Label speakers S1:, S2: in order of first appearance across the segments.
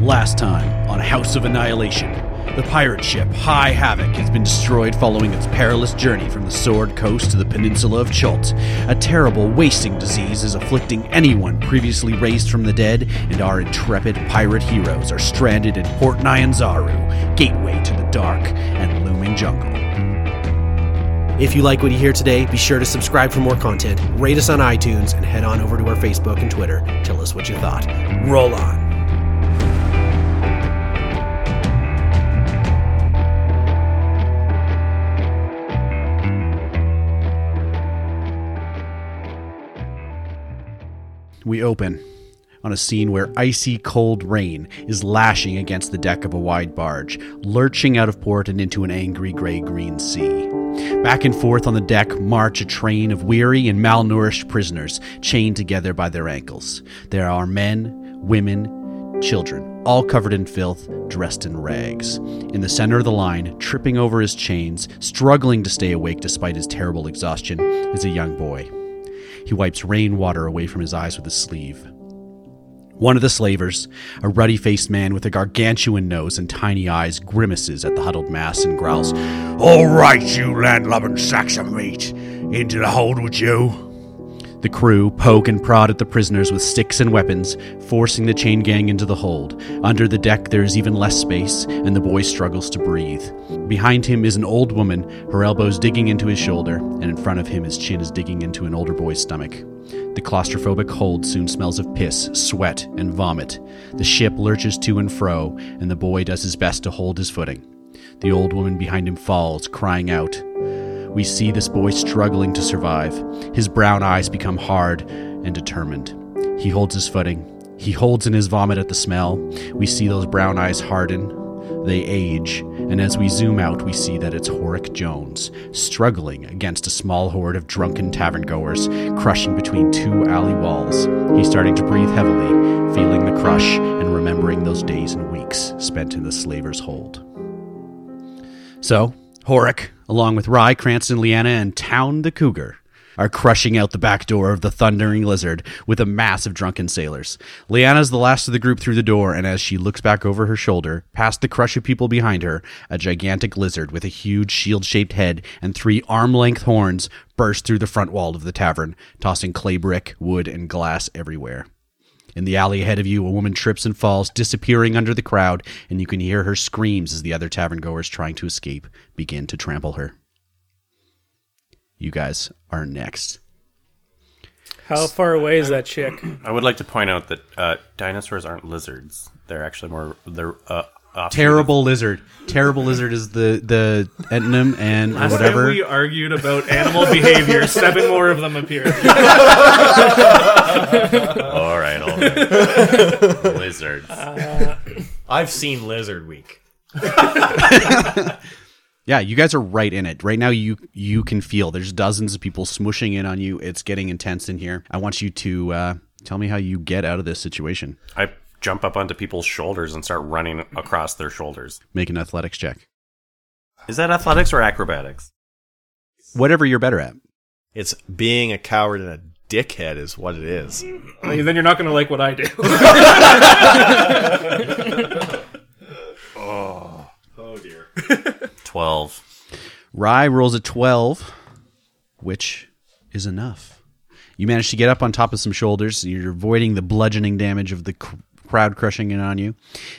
S1: Last time on House of Annihilation, the pirate ship High Havoc has been destroyed following its perilous journey from the Sword Coast to the peninsula of Chult. A terrible wasting disease is afflicting anyone previously raised from the dead, and our intrepid pirate heroes are stranded in Port Nyanzaru, gateway to the dark and looming jungle.
S2: If you like what you hear today, be sure to subscribe for more content, rate us on iTunes, and head on over to our Facebook and Twitter. Tell us what you thought. Roll on.
S1: We open on a scene where icy cold rain is lashing against the deck of a wide barge, lurching out of port and into an angry gray green sea. Back and forth on the deck march a train of weary and malnourished prisoners, chained together by their ankles. There are men, women, children, all covered in filth, dressed in rags. In the center of the line, tripping over his chains, struggling to stay awake despite his terrible exhaustion, is a young boy. He wipes rainwater away from his eyes with his sleeve. One of the slavers, a ruddy faced man with a gargantuan nose and tiny eyes, grimaces at the huddled mass and growls, All right, you landlubbing sacks of meat, into the hold with you. The crew poke and prod at the prisoners with sticks and weapons, forcing the chain gang into the hold. Under the deck, there is even less space, and the boy struggles to breathe. Behind him is an old woman, her elbows digging into his shoulder, and in front of him, his chin is digging into an older boy's stomach. The claustrophobic hold soon smells of piss, sweat, and vomit. The ship lurches to and fro, and the boy does his best to hold his footing. The old woman behind him falls, crying out. We see this boy struggling to survive. His brown eyes become hard and determined. He holds his footing. He holds in his vomit at the smell. We see those brown eyes harden. They age, and as we zoom out, we see that it's Horick Jones, struggling against a small horde of drunken tavern goers, crushing between two alley walls. He's starting to breathe heavily, feeling the crush, and remembering those days and weeks spent in the slaver's hold. So, Horick, along with Rye, Cranston, Leanna, and Town the Cougar, are crushing out the back door of the Thundering Lizard with a mass of drunken sailors. Leanna's the last of the group through the door, and as she looks back over her shoulder, past the crush of people behind her, a gigantic lizard with a huge shield shaped head and three arm length horns burst through the front wall of the tavern, tossing clay brick, wood, and glass everywhere. In the alley ahead of you, a woman trips and falls, disappearing under the crowd, and you can hear her screams as the other tavern goers trying to escape begin to trample her. You guys are next.
S3: How far away is that chick?
S4: I would like to point out that uh, dinosaurs aren't lizards. They're actually more they're uh, off-
S1: Terrible lizard. Terrible lizard is the the entonym and whatever.
S5: we argued about animal behavior, seven more of them appeared.
S4: All right, all right. lizards. Uh,
S6: I've seen Lizard Week.
S1: Yeah, you guys are right in it. Right now you you can feel there's dozens of people smooshing in on you. It's getting intense in here. I want you to uh, tell me how you get out of this situation.
S4: I jump up onto people's shoulders and start running across their shoulders.
S1: Make an athletics check.
S4: Is that athletics or acrobatics?
S1: Whatever you're better at.
S6: It's being a coward and a dickhead is what it is.
S5: then you're not going to like what I do.
S4: Twelve.
S1: Rye rolls a 12, which is enough. You manage to get up on top of some shoulders. You're avoiding the bludgeoning damage of the cr- crowd crushing in on you.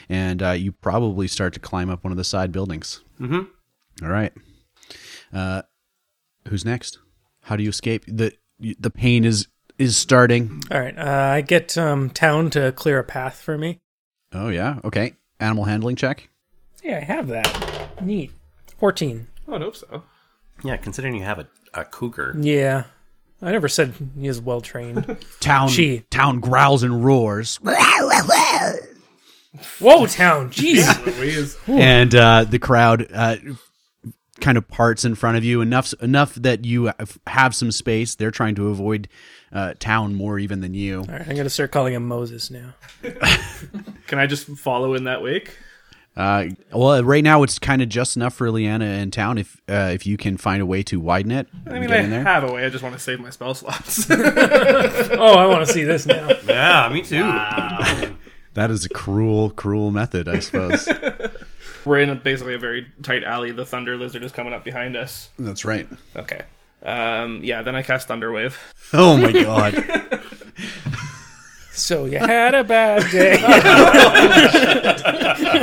S1: And uh, you probably start to climb up one of the side buildings. Mm-hmm. right. Uh, who's next? How do you escape? The, the pain is, is starting.
S3: All right, uh, I get um, town to clear a path for me.
S1: Oh, yeah. Okay. Animal handling check.
S3: Yeah, I have that. Neat. Fourteen.
S5: I would hope so.
S4: Yeah, considering you have a, a cougar.
S3: Yeah, I never said he is well trained.
S1: Town,
S3: She.
S1: town growls and roars.
S3: Whoa, town. Jeez.
S5: Louise.
S1: and uh, the crowd uh, kind of parts in front of you enough enough that you have some space. They're trying to avoid uh, town more even than you.
S3: All right, I'm gonna start calling him Moses now.
S5: Can I just follow in that wake?
S1: Uh, well, right now it's kind of just enough for Leanna and town. If uh, if you can find a way to widen it,
S5: I
S1: and
S5: mean,
S1: get
S5: I
S1: in there.
S5: have a way. I just want to save my spell slots.
S3: Oh, I want to see this now.
S4: Yeah, me too.
S1: That is a cruel, cruel method, I suppose.
S7: We're in a, basically a very tight alley. The thunder lizard is coming up behind us.
S1: That's right.
S7: Okay. Um, yeah, then I cast Thunderwave.
S1: Oh my god.
S8: So you had a bad day.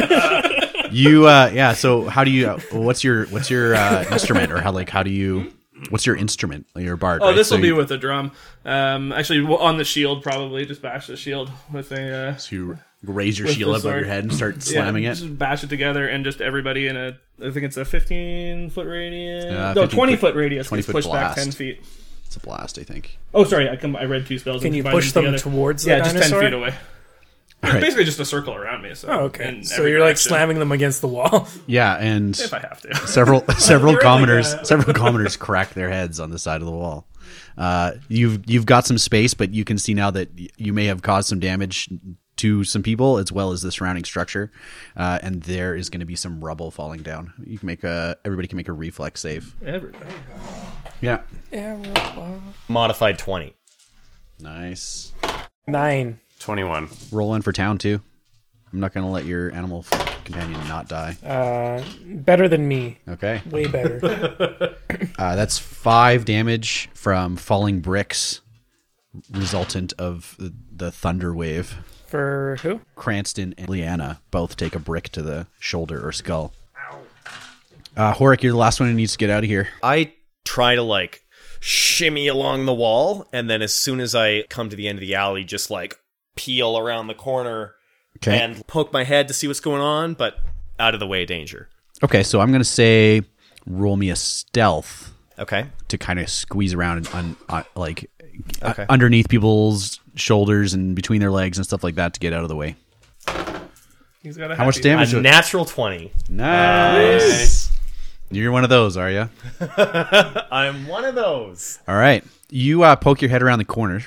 S1: You uh yeah, so how do you what's your what's your uh instrument or how like how do you what's your instrument? Your bard.
S7: Oh,
S1: right?
S7: this
S1: So
S7: will be
S1: you-
S7: with a drum. Um, actually, w- on the shield, probably. Just bash the shield with a. Uh,
S1: to raise your
S7: with
S1: shield
S7: the
S1: up over your
S7: sword.
S1: head and start
S7: yeah,
S1: slamming it.
S7: Just bash it together and just everybody in a. I think it's a 15 foot radius.
S1: Uh,
S7: no,
S1: 15
S7: 20
S1: foot-
S7: foot, radius.
S1: 20
S7: Gets
S1: foot
S7: pushed back 10
S1: blast.
S7: feet.
S1: It's a blast, I think.
S7: Oh, sorry. I, com- I read two spells.
S8: Can
S7: and
S8: you
S7: combined
S8: push them
S7: together.
S8: towards the
S7: Yeah, just
S8: dinosaur?
S7: 10 feet away.
S1: All right.
S7: Basically, just a circle around me. So
S8: Oh, okay.
S7: in
S8: So
S7: every
S8: you're like
S7: direction,
S8: slamming them against the wall.
S1: Yeah, and
S7: If I have to.
S1: several several
S7: You're like,
S1: commoners
S7: uh,
S1: several commoners crack their heads on the side of the wall. Uh, you've you've got some space, but you can see now that y- you may have caused some damage to some people as well as the surrounding structure, uh, and there is going to be some rubble falling down. You can make a everybody can make a reflex save.
S7: Everybody.
S1: Yeah,
S6: Modified 20.
S1: nice.
S8: Nine.
S4: 21.
S1: Roll in for town too. I'm not going to let your animal f- companion not die.
S8: Better than me.
S1: Okay,
S8: Way better.
S1: uh, that's five damage from falling bricks, resultant of the, the thunder wave.
S8: For who?
S1: Cranston and Leanna both take a brick to the shoulder or skull. Uh, Horik, you're the last one who needs to get out of here.
S6: I try to like shimmy along the wall, and then as soon as I come to the end of the alley, just like peel around the corner
S1: Okay.
S6: and poke my head to see what's going on, but out of the way danger.
S1: Okay, so I'm going to say roll me a stealth
S6: Okay.
S1: to kind of squeeze around and un, uh, like uh,
S6: Okay.
S1: underneath people's shoulders and between their legs and stuff like that to get out of the way.
S7: He's got a
S1: How much
S7: happy-
S1: damage?
S6: A
S1: was-
S6: natural 20.
S1: nice. You're one of those, are you?
S6: I'm one of those.
S1: All right. You uh, poke your head around the corner,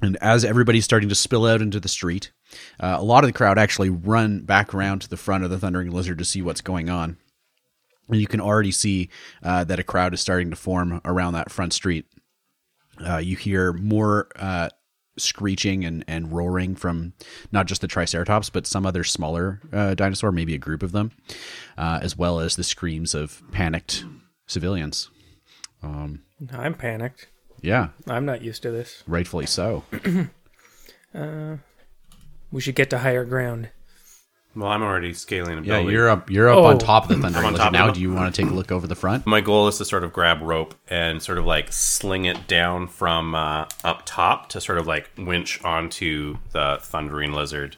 S1: and as everybody's starting to spill out into the street, uh, a lot of the crowd actually run back around to the front of the Thundering Lizard to see what's going on. And you can already see uh, that a crowd is starting to form around that front street. Uh, you hear more uh, screeching and, and roaring from not just the Triceratops, but some other smaller uh, dinosaur, maybe a group of them, uh, as well as the screams of panicked civilians.
S8: I'm panicked.
S1: Yeah,
S8: I'm not used to this.
S1: rightfully so.
S8: We should get to higher ground.
S4: Well, I'm already scaling a
S1: Yeah,
S4: building.
S1: you're up. You're up on
S8: Oh.
S1: top of the thunder
S4: I'm on
S1: Lizard
S4: top of
S1: now.
S4: them.
S1: Do you want to take a look over the front?
S4: My goal is to sort of grab rope and sort of like sling it down from uh, up top to sort of like winch onto the thundering lizard,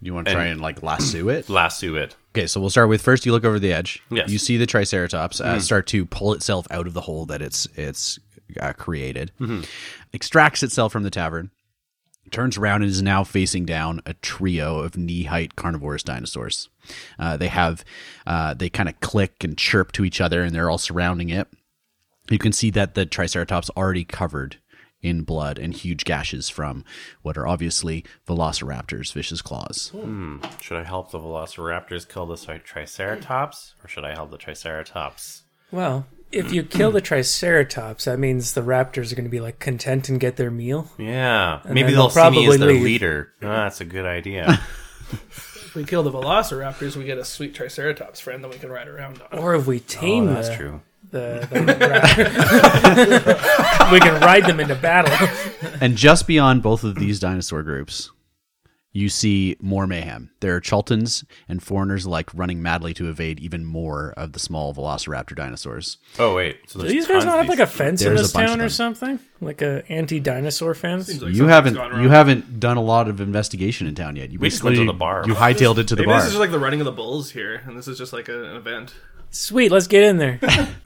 S1: Do you want to try and like lasso it?
S4: lasso it.
S1: Okay, so we'll start with first. You look over the edge.
S4: Yes.
S1: You see the Triceratops uh, start to pull itself out of the hole that it's it's uh, created. Extracts itself from the tavern. Turns around and is now facing down a trio of knee-height carnivorous dinosaurs. Uh, they have, uh, they kind of click and chirp to each other, and they're all surrounding it. you can see that the triceratops already covered in blood and huge gashes from what are obviously velociraptors vicious claws
S4: Should I help the velociraptors kill the tri- triceratops, or should I help the triceratops?
S8: Well, if you kill the Triceratops, that means the raptors are going to be like content and get their meal.
S4: Yeah, maybe
S8: then they'll
S4: they'll, see me
S8: probably
S4: as their
S8: leave.
S4: leader. Oh, that's a good idea.
S7: If we kill the velociraptors, we get a sweet triceratops friend that we can ride around on.
S8: Or if we tame
S4: That's
S8: the,
S4: true.
S8: the, the raptor- we can ride them into battle.
S1: and just beyond both of these dinosaur groups, you see more mayhem. There are Chultans and foreigners alike running madly to evade even more of the small velociraptor dinosaurs.
S4: Oh wait, so
S8: Do
S4: there's
S8: these guys
S4: tons
S8: not
S4: of
S8: have like a
S4: these.
S8: fence in
S1: There's a
S8: this
S1: bunch of
S8: town or
S1: them.
S8: something? Like a anti-dinosaur fence?
S1: you haven't you haven't done a lot of investigation in town yet. You
S4: We just went to
S1: basically-
S4: the bar.
S1: You hightailed it to the
S7: Maybe
S1: bar.
S7: this is like the running of the bulls here, and this is just like a- an event.
S8: Sweet, let's get in there.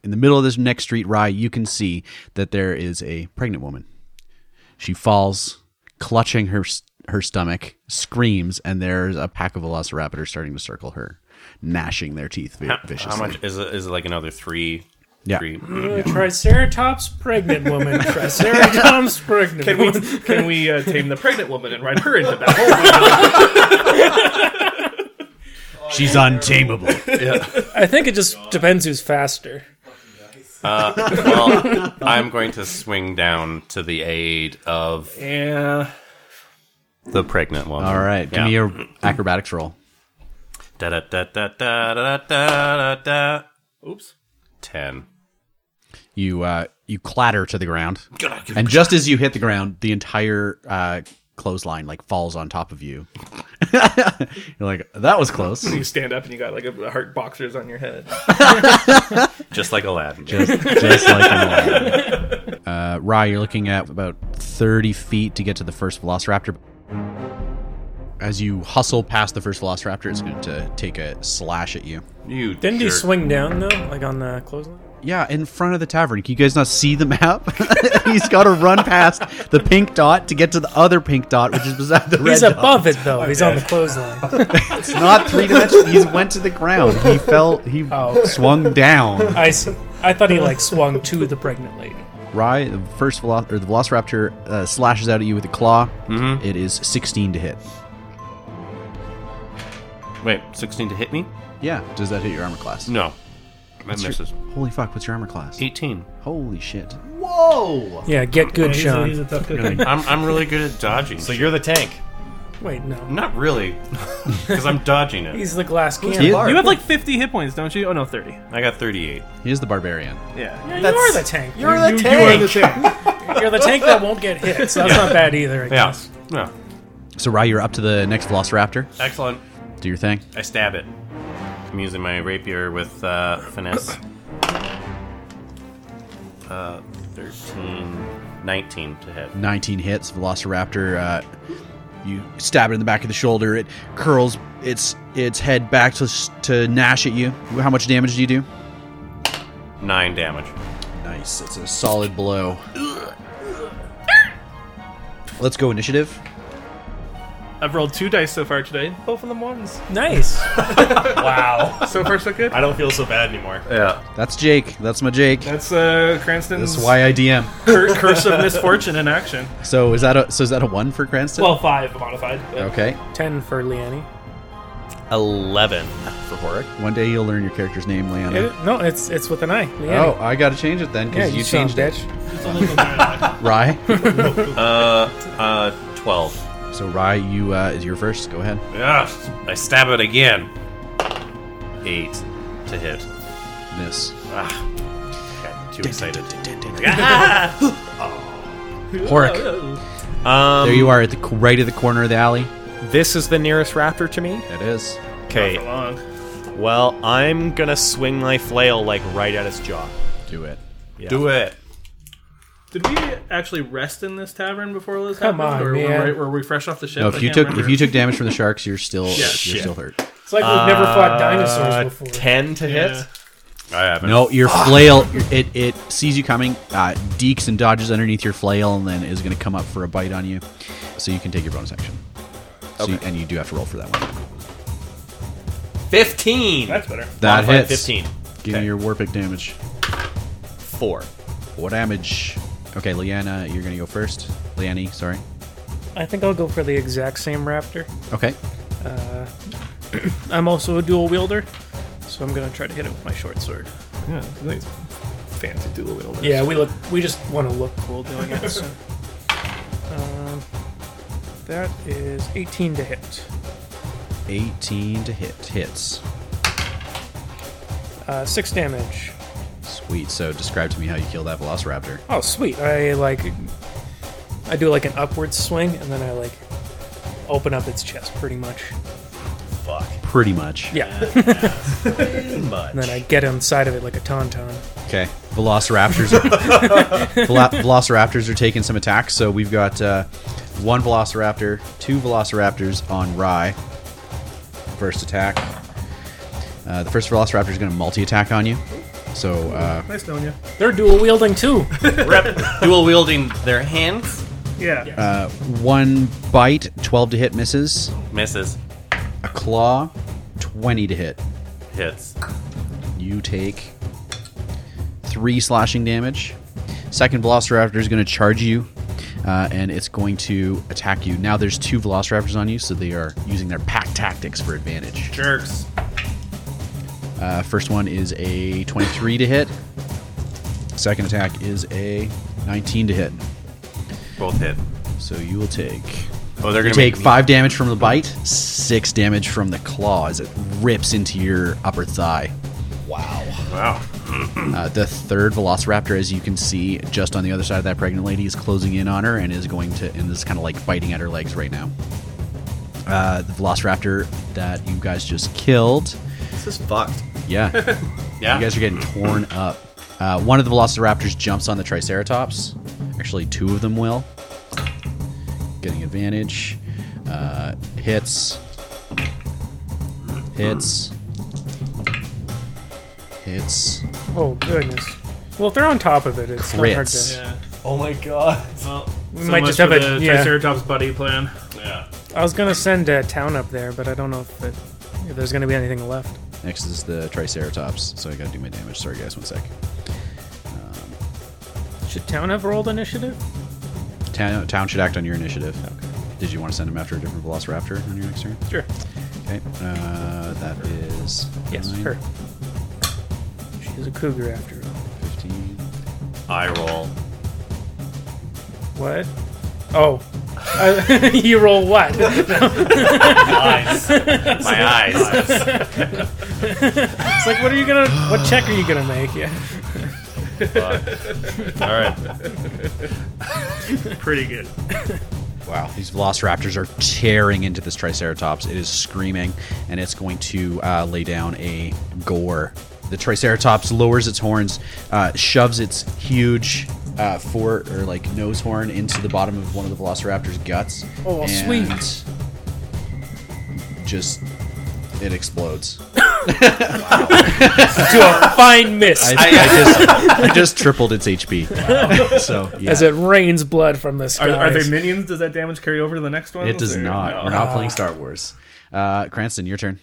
S1: in the middle of this next street rye, you can see that there is a pregnant woman. She falls, clutching her s- her stomach, screams, and there's a pack of velociraptors starting to circle her, gnashing their teeth vi- viciously.
S4: How much is it? Is it like another three?
S1: Yeah.
S4: Three?
S8: Triceratops pregnant woman. Triceratops pregnant
S7: Can
S8: woman.
S7: we can we uh, tame the pregnant woman and ride her into battle?
S1: She's untamable.
S8: I think it just depends who's faster.
S4: well, I'm going to swing down to the aid of
S7: yeah.
S4: The pregnant one.
S1: All right, give
S4: Yeah.
S1: me your acrobatics roll.
S4: Da da da da da da da da da. Oops. Ten.
S1: You uh, you clatter to the ground, and just as you hit the ground, the entire uh, clothesline like falls on top of you. You're like, that was close.
S7: You stand up and you got like a, a heart boxers on your head.
S4: Just like Aladdin.
S1: just like an alarm. Uh, Rye, you're looking at about 30 feet to get to the first velociraptor. As you hustle past the first velociraptor, it's going to take a slash at you.
S4: you
S8: Didn't he
S4: jerk.
S8: swing down though, like on the clothesline?
S1: Yeah, in front of the tavern. Can you guys not see the map? He's got to run past the pink dot to get to the other pink dot, which is beside the red
S8: He's
S1: dot.
S8: above it though. He's on the clothesline.
S1: It's not three dimensional. He's went to the ground. He fell. He
S8: Oh.
S1: swung down.
S8: I see. I thought he like swung to the pregnant lady.
S1: Rye, the first velo- or the Velociraptor uh, slashes out at you with a claw.
S4: Mm-hmm.
S1: It is 16 to hit.
S4: Wait, sixteen to hit me?
S1: Yeah. Does that hit your armor class?
S4: No. That misses.
S1: Holy fuck! What's your armor class?
S4: Eighteen.
S1: Holy shit! Whoa!
S8: Yeah, get good,
S7: he's, a,
S8: Sean.
S7: he's a tough cookie.
S4: I'm I'm really good at dodging.
S6: So you're the tank.
S8: Wait, no.
S4: not really, because I'm dodging it.
S8: He's the glass cannon.
S1: He-
S8: You
S7: You have like 50 hit points, don't you? Oh no, 30.
S4: I got thirty-eight.
S1: He is the barbarian.
S7: Yeah.
S8: are the tank. You're,
S7: You, you are the tank.
S8: you're the tank that won't get hit, so that's not bad either. I
S4: Yeah.
S8: guess.
S4: Yeah.
S1: So Rye, you're up to the next Velociraptor.
S4: Excellent.
S1: Do your thing.
S4: I stab it. I'm using my rapier with uh, finesse. Uh, 13, 19 to hit.
S1: 19 hits. Velociraptor. Uh, you stab it in the back of the shoulder. It curls its its head back to to gnash at you. How much damage do you do?
S4: Nine damage.
S1: Nice. It's a solid blow. Let's go initiative.
S7: I've rolled two dice so far today. Both of them ones.
S8: Nice.
S6: Wow.
S7: So far, so good.
S6: I don't feel so bad anymore.
S4: Yeah.
S1: That's Jake. That's my Jake.
S7: That's uh, Cranston's
S1: That's why I DM.
S7: cur- curse of misfortune in action.
S1: So is that a so is that a one for Cranston?
S7: Well, five modified. But
S1: okay.
S8: Ten for Leanne.
S6: 11 for Horik.
S1: One day you'll learn your character's name, Leanna.
S8: It- no, it's it's with an I.
S1: Oh,
S8: Leanne.
S1: I gotta change it then
S8: yeah,
S1: because
S8: you,
S1: you
S8: sound
S1: changed it.
S8: bitch.
S1: Rye.
S4: Uh, uh, 12.
S1: so Rye, you uh, is your first. Go ahead.
S4: Yes. I stab it again. Eight to hit.
S1: Miss.
S4: Ah. Got too excited.
S1: Horik.
S6: Um,
S1: There you are at the c- right of the corner of the alley.
S6: This is the nearest raptor to me.
S1: It is.
S7: for
S6: Okay.
S7: long.
S6: Well, I'm gonna swing my flail like right at its jaw.
S1: Do it.
S4: Do it.
S7: Did we actually rest in this tavern before this
S8: Come
S7: happened?
S8: on,
S7: or
S8: man.
S7: Were, we, were we fresh off the ship?
S1: No, if
S7: I
S1: you
S7: can't
S1: took if
S7: remember.
S1: you took damage from the sharks, you're still you're
S6: shit.
S1: still hurt.
S8: It's like we've never fought
S6: Uh,
S8: dinosaurs before.
S6: 10 to
S7: Yeah.
S6: hit.
S4: I haven't.
S1: No, your flail it it sees you coming, uh, dekes and dodges underneath your flail, and then is going to come up for a bite on you. So you can take your bonus action. So you, and you do have to roll for that one.
S6: 15.
S7: That's better.
S1: That
S6: Modified
S1: hits.
S6: 15.
S1: Give me your warpic damage.
S6: 4.
S1: What damage? Okay, Leanna, you're going to go first. Leanne, sorry.
S8: I think I'll go for the exact same raptor.
S1: Okay.
S8: I'm also a dual wielder, so I'm gonna try to hit it with my short sword.
S7: Yeah, I think it's fancy dual wielders.
S8: Yeah, we look. We just want to look cool doing it. So. Um, that is 18 to hit.
S1: 18 to hit. Hits.
S8: Uh, six damage.
S1: Sweet. So describe to me how you kill that velociraptor.
S8: Oh, sweet! I like. I do like an upward swing, and then I like open up its chest, pretty much.
S6: Fuck.
S1: Pretty much.
S8: Yeah.
S6: Much.
S8: And then I get inside of it like a tauntaun.
S1: Okay. Velociraptors are, Velo- Velociraptors are taking some attacks. So we've got uh, one Velociraptor, two Velociraptors on Rye. First attack. Uh, the first Velociraptor is going to multi attack on you. So uh,
S7: Nice knowing you.
S8: They're dual wielding too.
S4: Rep dual wielding their hands.
S7: Yeah.
S1: uh, one bite, 12 to hit misses.
S4: Misses.
S1: A claw, 20 to hit.
S4: Hits.
S1: You take three slashing damage. Second Velociraptor is going to charge you, uh, and it's going to attack you. Now there's two Velociraptors on you, so they are using their pack tactics for advantage.
S7: Jerks.
S1: Uh, first one is a 23 to hit. Second attack is a 19 to hit.
S4: Both hit.
S1: So you will take
S4: Oh, they're
S1: You
S4: gonna
S1: take
S4: make me-
S1: five damage from the bite, six damage from the claw as it rips into your upper thigh.
S4: Wow.
S1: Uh, the third Velociraptor, as you can see, just on the other side of that pregnant lady, is closing in on her and is going to and is kind of like biting at her legs right now. Uh, the Velociraptor that you guys just killed,
S6: This is fucked.
S1: yeah,
S4: Yeah.
S1: You guys are getting torn up. Uh, one of the velociraptors jumps on the Triceratops. Actually, two of them will. Getting advantage. Uh, hits. Hits. Hits.
S3: Oh goodness. Well, if they're on top of it, it's not hard
S1: Crits.
S3: to.
S7: Yeah.
S6: Oh my god.
S7: Well, we
S3: might just have
S7: the
S3: a- yeah.
S7: Triceratops buddy plan.
S4: yeah.
S3: I was gonna send a town up there, but I don't know if, it, if there's gonna be anything left.
S1: Next is the Triceratops. So I gotta do my damage. Sorry, guys, one sec.
S3: Should town have rolled initiative?
S1: Town, town should act on your initiative. Did you want to send him after a different velociraptor on your next turn?
S3: Sure.
S1: Okay. Uh, that is.
S3: Yes,
S1: nine,
S3: her. She's a cougar after all.
S1: 15.
S4: I roll.
S3: What? Oh. I- you roll what?
S4: Eyes. My eyes.
S3: It's like, what are you gonna? What check are you gonna make? Yeah.
S4: All right.
S7: Pretty good.
S1: Wow. These velociraptors are tearing into this Triceratops. It is screaming, and it's going to uh, lay down a gore. The Triceratops lowers its horns, uh, shoves its huge uh, fore or like nose horn into the bottom of one of the Velociraptor's guts.
S3: Oh,
S1: and Just it explodes.
S3: Fine miss.
S1: I, I just I just tripled its HP. so yeah.
S3: As it rains blood from the
S7: Are,
S3: sky.
S7: are they minions? Does that damage carry over to the next one?
S1: it does not. We're not playing Star Wars. Uh, Cranston, your turn.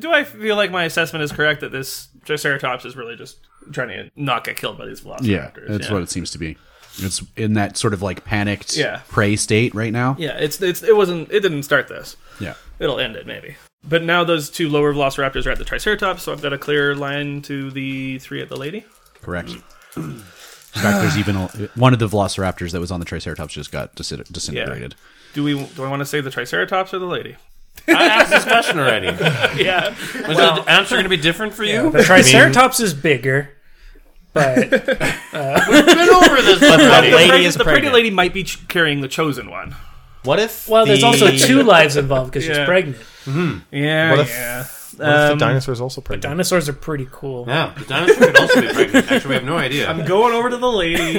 S7: Do I feel like my assessment is correct that this Triceratops is really just trying to not get killed by these velociraptors?
S1: Yeah, that's
S7: yeah.
S1: what it seems to be. It's in that sort of like panicked
S7: Yeah.
S1: prey state right now.
S7: Yeah, it's it's it wasn't it didn't start this.
S1: Yeah.
S7: It'll end it maybe. But now those two lower velociraptors are at the Triceratops, so I've got a clear line to the three at the lady.
S1: correct. In fact, there's even a, one of the velociraptors that was on the Triceratops just got dis- disintegrated.
S7: Do we do I want to say the Triceratops or the lady?
S4: I asked this question already. Is
S7: Yeah.
S4: the answer going to be different for you?
S3: The Triceratops is bigger, but
S4: Been over this already.
S7: The
S6: Lady
S7: preg-
S6: is
S7: the pregnant
S6: pregnant.
S7: lady might be ch- carrying the chosen one.
S6: What if?
S3: well, there's
S6: the-
S3: also two lives involved because
S7: Yeah.
S3: she's pregnant.
S7: Yeah.
S9: What if-
S7: yeah.
S9: What if
S7: Um,
S9: the dinosaur's also pregnant?
S3: Dinosaurs are pretty cool.
S4: Yeah, the dinosaur could also be pregnant. Actually, we have no idea.
S7: I'm going over to the lady.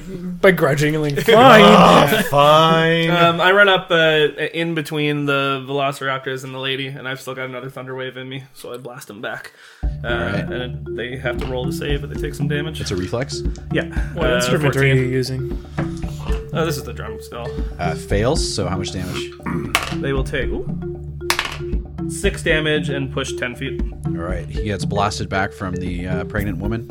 S3: Begrudgingly fine.
S9: Fine.
S7: um, I run up uh, in between the velociraptors and the lady, and I've still got another thunder wave in me, so I blast them back. Uh,
S1: Alright.
S7: And they have to roll to save, but they take some damage.
S1: It's a reflex.
S7: yeah.
S3: what
S7: Uh,
S3: instrument are
S7: 14.
S3: you using?
S7: Oh, this is the drum still.
S1: Uh, fails. So how much damage?
S7: They will take ooh, six damage and push ten feet.
S1: All right. He gets blasted back from the uh, pregnant woman,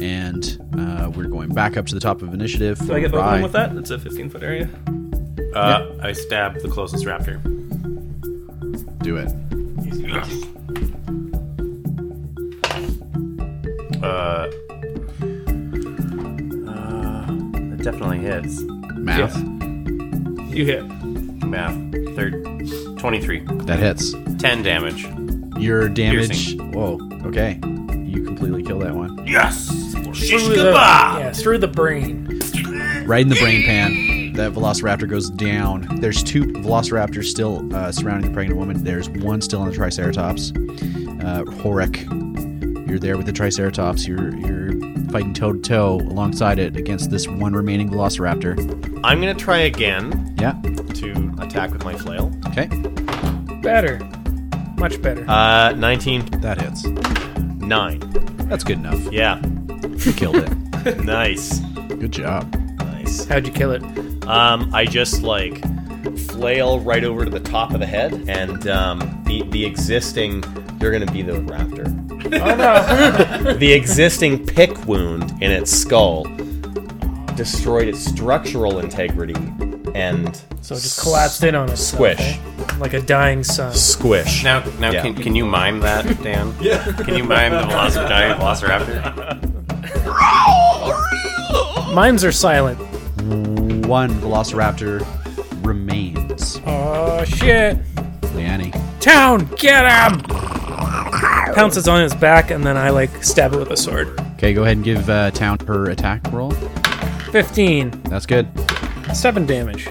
S1: and uh, we're going back up to the top of initiative.
S7: Do I get both of them with that? It's a fifteen foot area.
S4: Uh, I stab the closest raptor.
S1: Do it.
S4: Uh, it uh, definitely hits.
S1: Math.
S7: You hit.
S4: Math. Third, 23.
S1: That hits.
S4: 10 damage.
S1: Your damage. Whoa. Okay. You completely kill that one.
S4: Yes! Shish
S3: Through the, yeah, through the brain.
S1: right in the brain pan. That velociraptor goes down. There's two velociraptors still uh, surrounding the pregnant woman. There's one still on the Triceratops. Uh, Horek, you're there with the Triceratops. You're you're fighting toe to toe alongside it against this one remaining velociraptor.
S6: I'm gonna try again
S1: Yeah.
S6: to attack with my flail.
S1: Okay.
S3: Better. Much better.
S6: Uh, 19,
S1: That hits.
S6: nine.
S1: That's good enough.
S6: Yeah,
S1: You killed it.
S6: nice,
S1: Good job.
S6: nice.
S3: How'd you kill it?
S6: Um, I just like flail right over to the top of the head, and um, the the existing you're gonna be the raptor. Oh, the existing pick wound in its skull destroyed its structural integrity and
S3: So it just collapsed in on itself.
S6: Squish.
S3: eh? Like a dying sun.
S6: squish.
S4: Now, now
S6: Yeah.
S4: can, can you mime that, Dan? yeah. Can you mime the Velociraptor? Giant Velociraptor?
S3: Mimes are silent.
S1: one velociraptor remains.
S3: Oh shit!
S1: Leanne.
S3: Town, get him! Pounces on his back, and then I like stab it with a sword.
S1: Okay, go ahead and give uh, Town her attack roll.
S3: Fifteen,
S1: That's good.
S3: seven damage.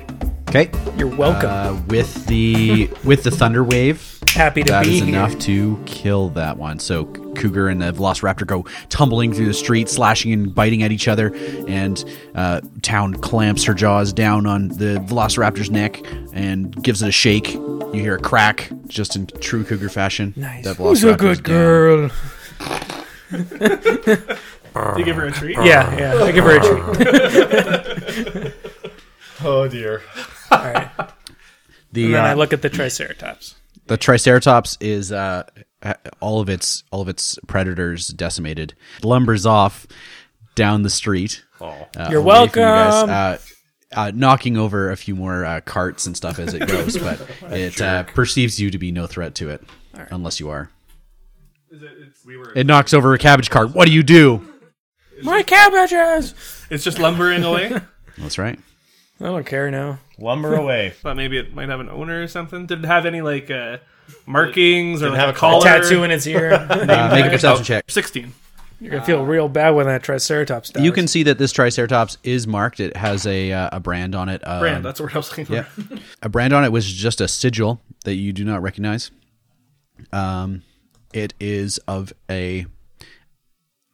S1: Okay.
S3: You're welcome.
S1: Uh, with the with the thunder wave,
S3: Happy to
S1: that
S3: be
S1: is
S3: here.
S1: enough to kill that one. So Cougar and the Velociraptor go tumbling through the street, slashing and biting at each other. And uh, Town clamps her jaws down on the Velociraptor's neck and gives it a shake. You hear a crack, just in true Cougar fashion.
S3: nice.
S1: That
S3: Who's a
S1: Velociraptor's
S3: good
S1: down.
S3: girl?
S7: Do you give her a treat?
S3: Yeah, yeah. I give her a treat.
S9: Oh dear.
S3: All right.
S1: The
S3: And then
S1: uh,
S3: I look at the Triceratops.
S1: the triceratops is uh ha- all of its all of its predators decimated lumbers off down the street
S4: Oh.
S1: uh,
S3: You're
S1: away from you guys,
S3: welcome.
S1: uh, uh, knocking over a few more uh, carts and stuff as it goes but it uh, perceives you to be no threat to it unless you are
S7: Is it, it's, we were,
S1: it knocks over a cabbage cart what do you do
S3: My cabbages.
S7: it's just lumbering away.
S1: that's right
S3: I don't care now.
S6: Lumber away.
S7: Thought maybe it might have an owner or something. Did it have any like uh, markings or like
S6: have
S7: a
S6: a collar.
S7: collar?
S3: Tattoo in its ear.
S1: uh, make a perception check
S7: Sixteen.
S3: You're gonna feel real bad when that Triceratops dies.
S1: you can see that this triceratops is marked it has a uh, a brand on it um,
S7: Brand. that's what I was looking for.
S1: Yeah. a brand on it was just a sigil that you do not recognize. Um, it is of a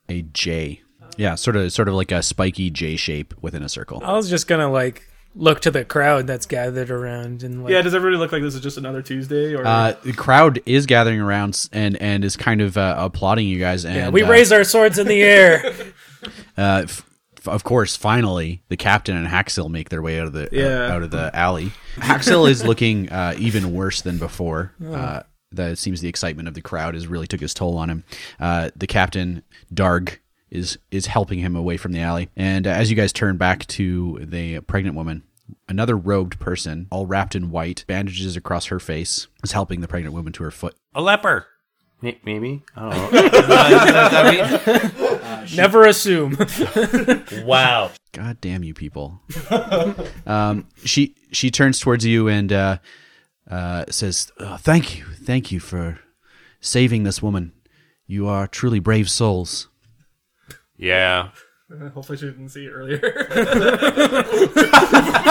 S1: a J. Yeah, sort of sort of like a spiky J shape within a circle.
S3: I was just gonna like look to the crowd that's gathered around and like
S7: Yeah, Does everybody look like this is just another Tuesday? Or
S1: Uh, the crowd is gathering around s- and and is kind of uh, applauding you guys. And
S3: Yeah, we
S1: uh,
S3: raise our swords in the air.
S1: uh, f- f- of course, finally, the captain and Haxil make their way out of the uh,
S7: Yeah.
S1: out of the alley. Haxil is looking uh, even worse than before. Uh, that it seems the excitement of the crowd has really took its toll on him. Uh, the captain Darg is is helping him away from the alley, and uh, as you guys turn back to the pregnant woman. Another robed person, all wrapped in white, bandages across her face, is helping the pregnant woman to her foot.
S4: A leper. May- Maybe. I don't know.
S3: Never assume.
S6: Wow.
S1: God damn you people. um, she she turns towards you and uh, uh, says, oh, "Thank you, thank you for saving this woman. You are truly brave souls."
S4: yeah.
S7: hopefully she didn't see it earlier.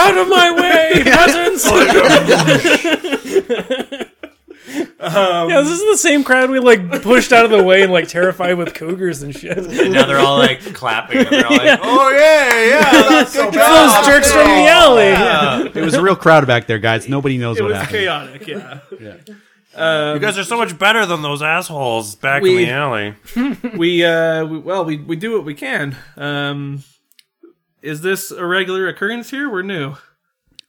S3: Out of my way, peasants! yeah, this is the same crowd we like pushed out of the way and like terrified with cougars and shit. Those
S4: And now they're all like clapping and they're all like, oh,
S7: Oh,
S3: jerks from the alley.
S1: It was a real crowd back there, guys. Nobody knows
S7: it
S1: what
S7: was
S1: happened.
S7: chaotic. Yeah.
S4: you guys are so much better than those assholes back
S7: We-
S4: in the alley.
S7: we uh we, well we we do what we can um is this a regular occurrence here we're new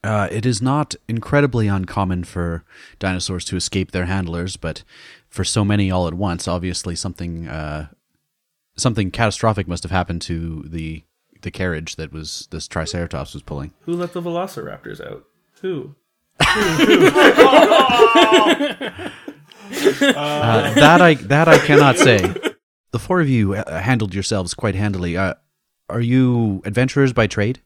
S1: Uh, it is not incredibly uncommon for dinosaurs to escape their handlers, but for so many all at once, obviously something uh, something catastrophic must have happened to the the carriage that was this Triceratops was pulling.
S7: who let the velociraptors out who
S1: Uh, that I that I cannot say. The four of you uh, handled yourselves quite handily. Uh, are you adventurers by trade?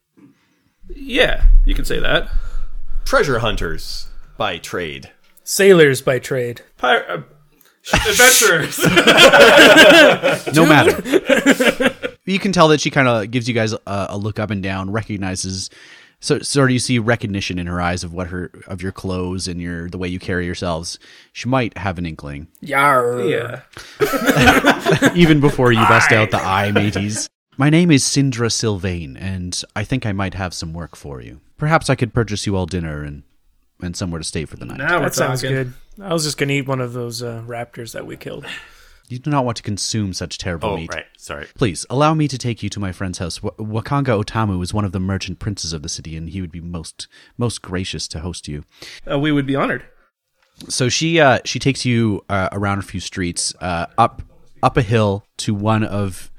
S7: yeah you can say that
S6: Treasure hunters by trade.
S3: Sailors by trade.
S7: Pir- uh, adventurers
S1: No matter. you can tell that she kind of gives you guys a, a look up and down, recognizes. So, sort of, you see recognition in her eyes of what her of your clothes and your the way you carry yourselves. She might have an inkling e-,
S3: Yar.
S7: yeah
S1: even before you bust out the eye, mateys. My name is Sindra Sylvain, and I think I might have some work for you. Perhaps I could purchase you all dinner and and somewhere to stay for the night.
S7: now we're
S3: That sounds
S7: talking.
S3: good. I was just gonna eat one of those uh, raptors that we killed.
S1: You do not want to consume such terrible
S4: Oh,
S1: meat.
S4: right. Sorry.
S1: Please allow me to take you to my friend's house. W- Wakanga Otamu is one of the merchant princes of the city, and he would be most most gracious to host you.
S7: Uh, we would be honored
S1: So she uh, she takes you uh, around a few streets, uh, up up a hill to one of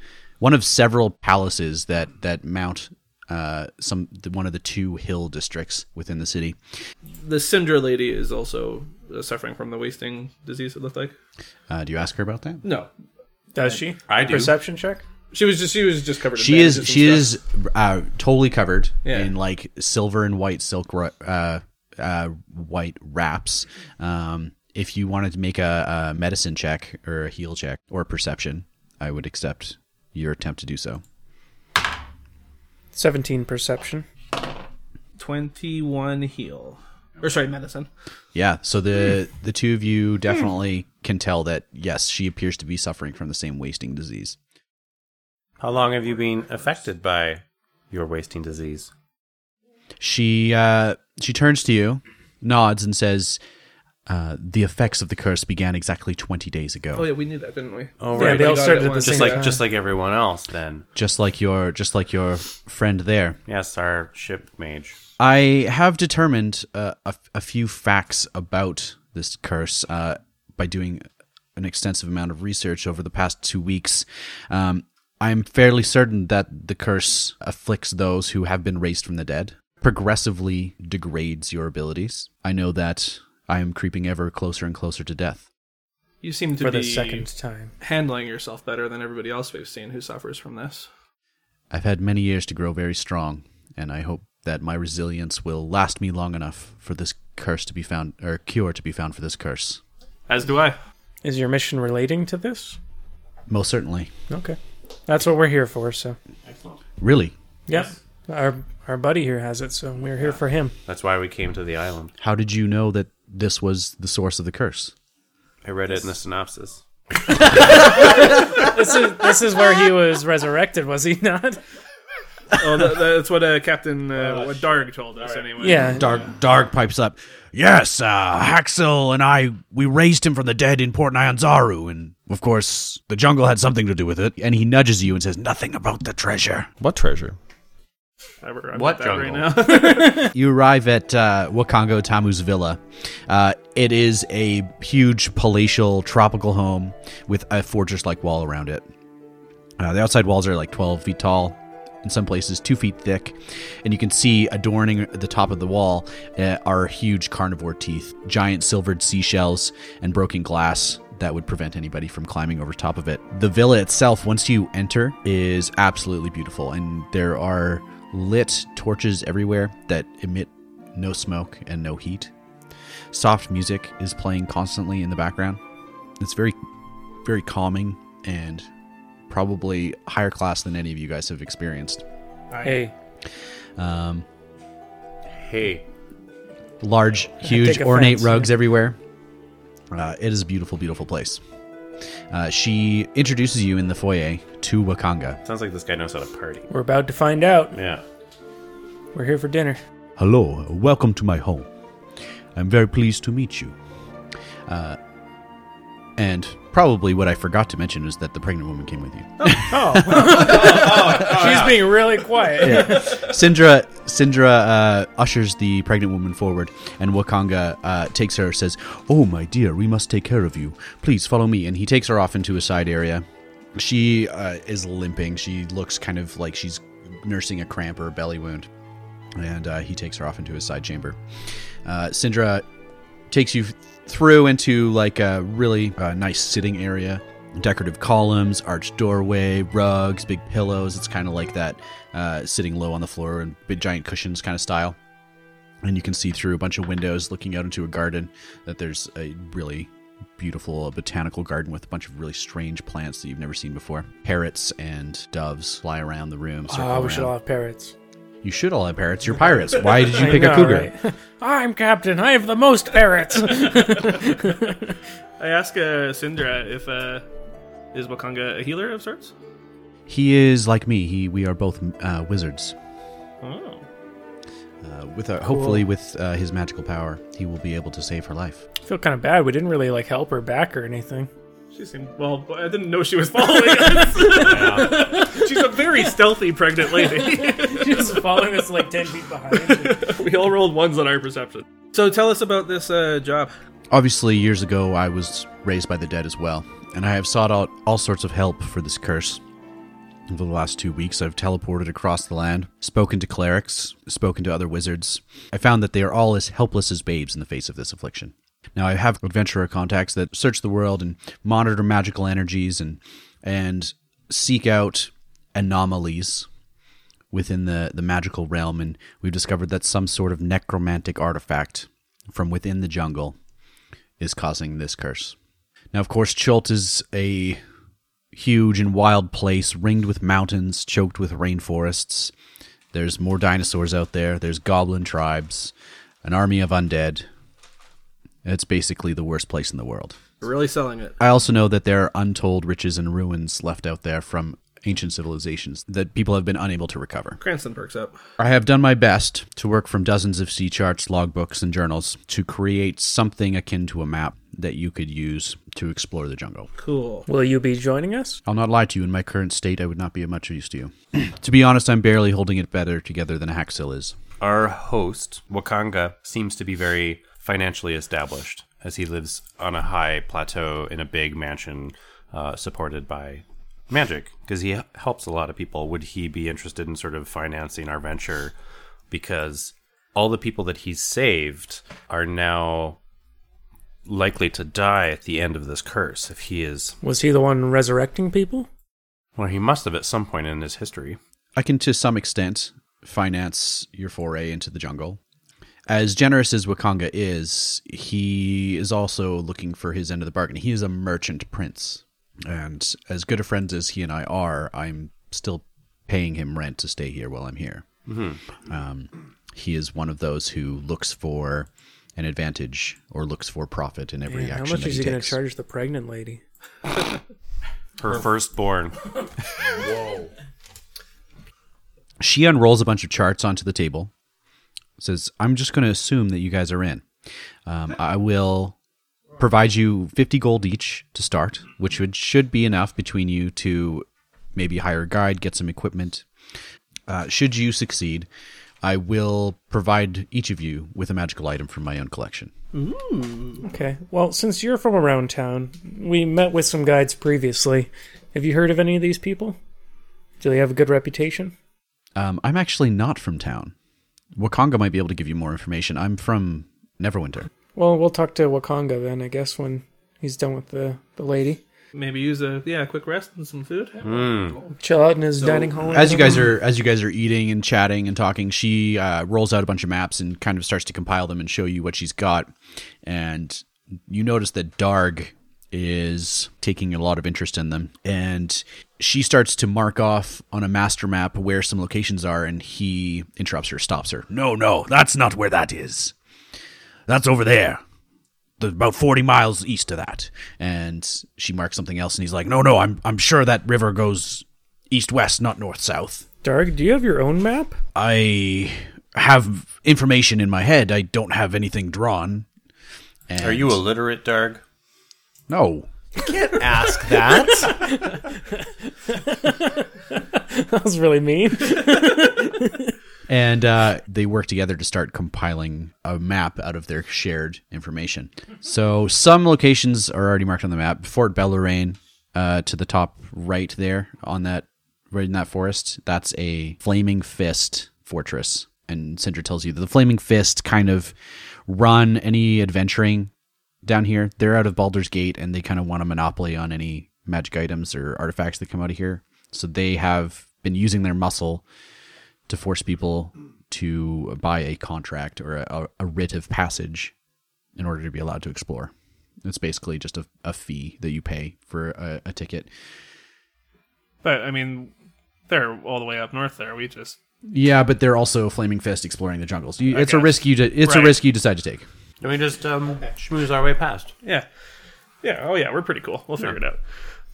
S1: one of several palaces that that mount uh, some the, one of the two hill districts within the city.
S7: the Syndra lady is also uh, suffering from the wasting disease it looked like
S1: Uh, do you ask her about that?
S7: no
S3: Does she?
S4: I do.
S3: Perception check.
S5: She was just she was just covered. In
S1: She is
S5: bandages and
S1: she
S5: stuff.
S1: is uh, totally covered
S5: Yeah.
S1: in like silver and white silk ru- uh, uh, white wraps. Um, if you wanted to make a, a medicine check or a heal check or perception, I would accept your attempt to do so.
S3: 17 perception.
S7: 21 heal. Or sorry, medicine.
S1: Yeah, so the
S5: Hmm.
S1: the two of you definitely can tell that yes, she appears to be suffering from the same wasting disease.
S4: How long have you been affected by your wasting disease?
S1: She uh, she turns to you, nods, and says, uh, "The effects of the curse began exactly twenty days ago."
S5: Oh yeah, we knew that, didn't we?
S4: Oh,
S3: Yeah,
S4: right.
S3: they all
S5: got it
S3: started at the
S5: once.
S4: just
S3: same
S4: like uh,
S3: time.
S4: just like everyone else then.
S1: Just like your just like your friend there.
S4: Yes, our ship mage.
S1: I have determined uh, a, a few facts about this curse uh, by doing an extensive amount of research over the past two weeks. Um, I'm fairly certain that the curse afflicts those who have been raised from the dead, progressively degrades your abilities. I know that I am creeping ever closer and closer to death.
S7: You seem to
S3: For
S7: be
S3: the second time.
S7: handling yourself better than everybody else we've seen who suffers from this.
S1: I've had many years to grow very strong, and I hope that my resilience will last me long enough for this curse to be found, or cure to be found for this curse.
S7: As do I.
S3: Is your mission relating to this?
S1: Most certainly.
S3: Okay. That's what we're here for, so.
S1: Really?
S3: Yep. Our our buddy here has it, so we're here for him.
S4: That's why we came to the island.
S1: How did you know that this was the source of the curse?
S4: I read it in the synopsis.
S3: This is this is where he was resurrected, was he not?
S7: Oh, that, that's what uh, Captain uh, what Darg told us anyway.
S3: Yeah.
S1: Dark Dark pipes up. Yes, uh, Haxel and I we raised him from the dead in Port Nyanzaru, and of course the jungle had something to do with it. And he nudges you and says nothing about the treasure.
S6: What treasure?
S7: I, I'm
S4: What
S7: what that right
S4: jungle?
S7: now?
S1: You arrive at uh, Wakango Tamu's villa. Uh, it is a huge palatial tropical home with a fortress-like wall around it. Uh, the outside walls are like 12 feet tall, in some places two feet thick, and you can see adorning the top of the wall uh, are huge carnivore teeth, giant silvered seashells, and broken glass that would prevent anybody from climbing over top of it. The villa itself, once you enter, is absolutely beautiful, and there are lit torches everywhere that emit no smoke and no heat. Soft music is playing constantly in the background. It's very, very calming and probably higher class than any of you guys have experienced.
S3: Hey,
S1: Um,
S4: Hey,
S1: large, huge,
S3: take
S1: ornate
S3: offense,
S1: rugs everywhere. Uh, it is a beautiful, beautiful place. Uh, she introduces you in the foyer to Wakanga.
S4: sounds like this guy knows how to party.
S3: we're about to find out.
S4: Yeah.
S3: We're here for dinner.
S1: Hello, welcome to my home. I'm very pleased to meet you. Uh, and probably what I forgot to mention is that the pregnant woman came with you.
S3: Oh. She's being really quiet.
S1: Sindra Sindra uh, ushers the pregnant woman forward, and Wakanga uh, takes her. Says, "Oh my dear, we must take care of you. Please follow me." And he takes her off into a side area. She uh, is limping. She looks kind of like she's nursing a cramp or a belly wound, and uh, he takes her off into his side chamber. Uh, Sindra takes you through into like a really uh, nice sitting area decorative columns arched doorway rugs big pillows it's kind of like that uh, sitting low on the floor and big giant cushions kind of style and you can see through a bunch of windows looking out into a garden that there's a really beautiful uh, botanical garden with a bunch of really strange plants that you've never seen before parrots and doves fly around the room circle
S3: Oh, we should
S1: around.
S3: all have parrots.
S1: you should all have parrots you're pirates why did you pick
S3: know,
S1: a cougar
S3: right? I'm captain. I have the most parrots.
S7: I ask uh, Syndra if uh, is Wakanga a healer of sorts?
S1: he is like me he we are both uh, wizards
S7: Oh.
S1: Uh, with our, hopefully with uh, his magical power, he will be able to save her life.
S3: I feel kind of bad. We didn't really like help her back or anything.
S7: She seemed well. I didn't know she was following us. She's a very stealthy pregnant lady.
S3: She was following us like ten feet behind.
S7: we all rolled ones on our perception. So tell us about this uh, job.
S1: Obviously, years ago, I was raised by the dead as well, and I have sought out all sorts of help for this curse. Over the last two weeks, I've teleported across the land, spoken to clerics, spoken to other wizards. I found that they are all as helpless as babes in the face of this affliction. Now, I have adventurer contacts that search the world and monitor magical energies and and seek out anomalies within the, the magical realm, and we've discovered that some sort of necromantic artifact from within the jungle is causing this curse. Now, of course, Chult is a huge and wild place, ringed with mountains, choked with rainforests. There's more dinosaurs out there, there's goblin tribes, an army of undead. It's basically the worst place in the world.
S7: Really selling it.
S1: I also know that there are untold riches and ruins left out there from ancient civilizations that people have been unable to recover.
S7: Cranston perks up.
S1: I have done my best to work from dozens of sea charts, logbooks, and journals to create something akin to a map that you could use to explore the jungle.
S7: Cool.
S8: Will you be joining us?
S1: I'll not lie to you, in my current state, I would not be of much use to you. to be honest, I'm barely holding it better together than a Haxil is.
S4: Our host, Wakanga, seems to be very financially established as he lives on a high plateau in a big mansion uh, supported by magic because he helps a lot of people. Would he be interested in sort of financing our venture? Because all the people that he's saved are now likely to die at the end of this curse if he is.
S8: Was he the one resurrecting people?
S4: Well, he must have at some point in his history.
S1: I can, to some extent, finance your foray into the jungle. As generous as Wakanga is, he is also looking for his end of the bargain. He is a merchant prince. And as good of friends as he and I are, I'm still paying him rent to stay here while I'm here. Um, he is one of those who looks for an advantage or looks for profit in every
S8: Man,
S1: action.
S8: how much
S1: that
S8: is
S1: he
S8: he going to
S1: takes.
S8: charge the pregnant lady?
S4: Her firstborn.
S1: she unrolls a bunch of charts onto the table says i'm just going to assume that you guys are in um, i will provide you 50 gold each to start which would, should be enough between you to maybe hire a guide get some equipment uh, should you succeed i will provide each of you with a magical item from my own collection
S8: Okay. Well, since you're from around town, we met with some guides previously. Have you heard of any of these people? Do they have a good reputation?
S1: um, i'm actually not from town wakanga might be able to give you more information i'm from neverwinter
S8: Well, we'll talk to Wakanga then, I guess, when he's done with the, the lady.
S7: Maybe use a yeah, quick rest and some food.
S8: Chill out in his dining hall.
S1: as you guys are as you guys are eating and chatting and talking she uh, rolls out a bunch of maps and kind of starts to compile them and show you what she's got and you notice that darg is taking a lot of interest in them and she starts to mark off on a master map where some locations are and he interrupts her stops her no no that's not where that is that's over there there's about 40 miles east of that and she marks something else and he's like no no i'm, I'm sure that river goes east west not north south
S8: Darg, do you have your own map?
S1: I have information in my head. I don't have anything drawn. And
S4: Are you illiterate, Darg?
S1: No.
S6: Ask that.
S8: That was really mean.
S1: And uh, they work together to start compiling a map out of their shared information. So some locations are already marked on the map. Fort Bellarane, uh, to the top right there on that right in that forest, that's a flaming fist fortress. And Cinder tells you that the flaming fist kind of run any adventuring down here. They're out of Baldur's Gate and they kind of want a monopoly on any magic items or artifacts that come out of here. So they have been using their muscle to force people to buy a contract or a, a writ of passage in order to be allowed to explore. It's basically just a, a fee that you pay for a, a ticket.
S7: But I mean, they're all the way up north there. We just
S1: Yeah, but they're also flaming fist exploring the jungles. You, it's a
S7: gotcha.
S1: risk you. De- it's a
S7: Right.
S1: risk you decide to take.
S4: Can we just um, schmooze our way past?
S7: yeah, yeah. Oh yeah, we're pretty cool. We'll figure it out.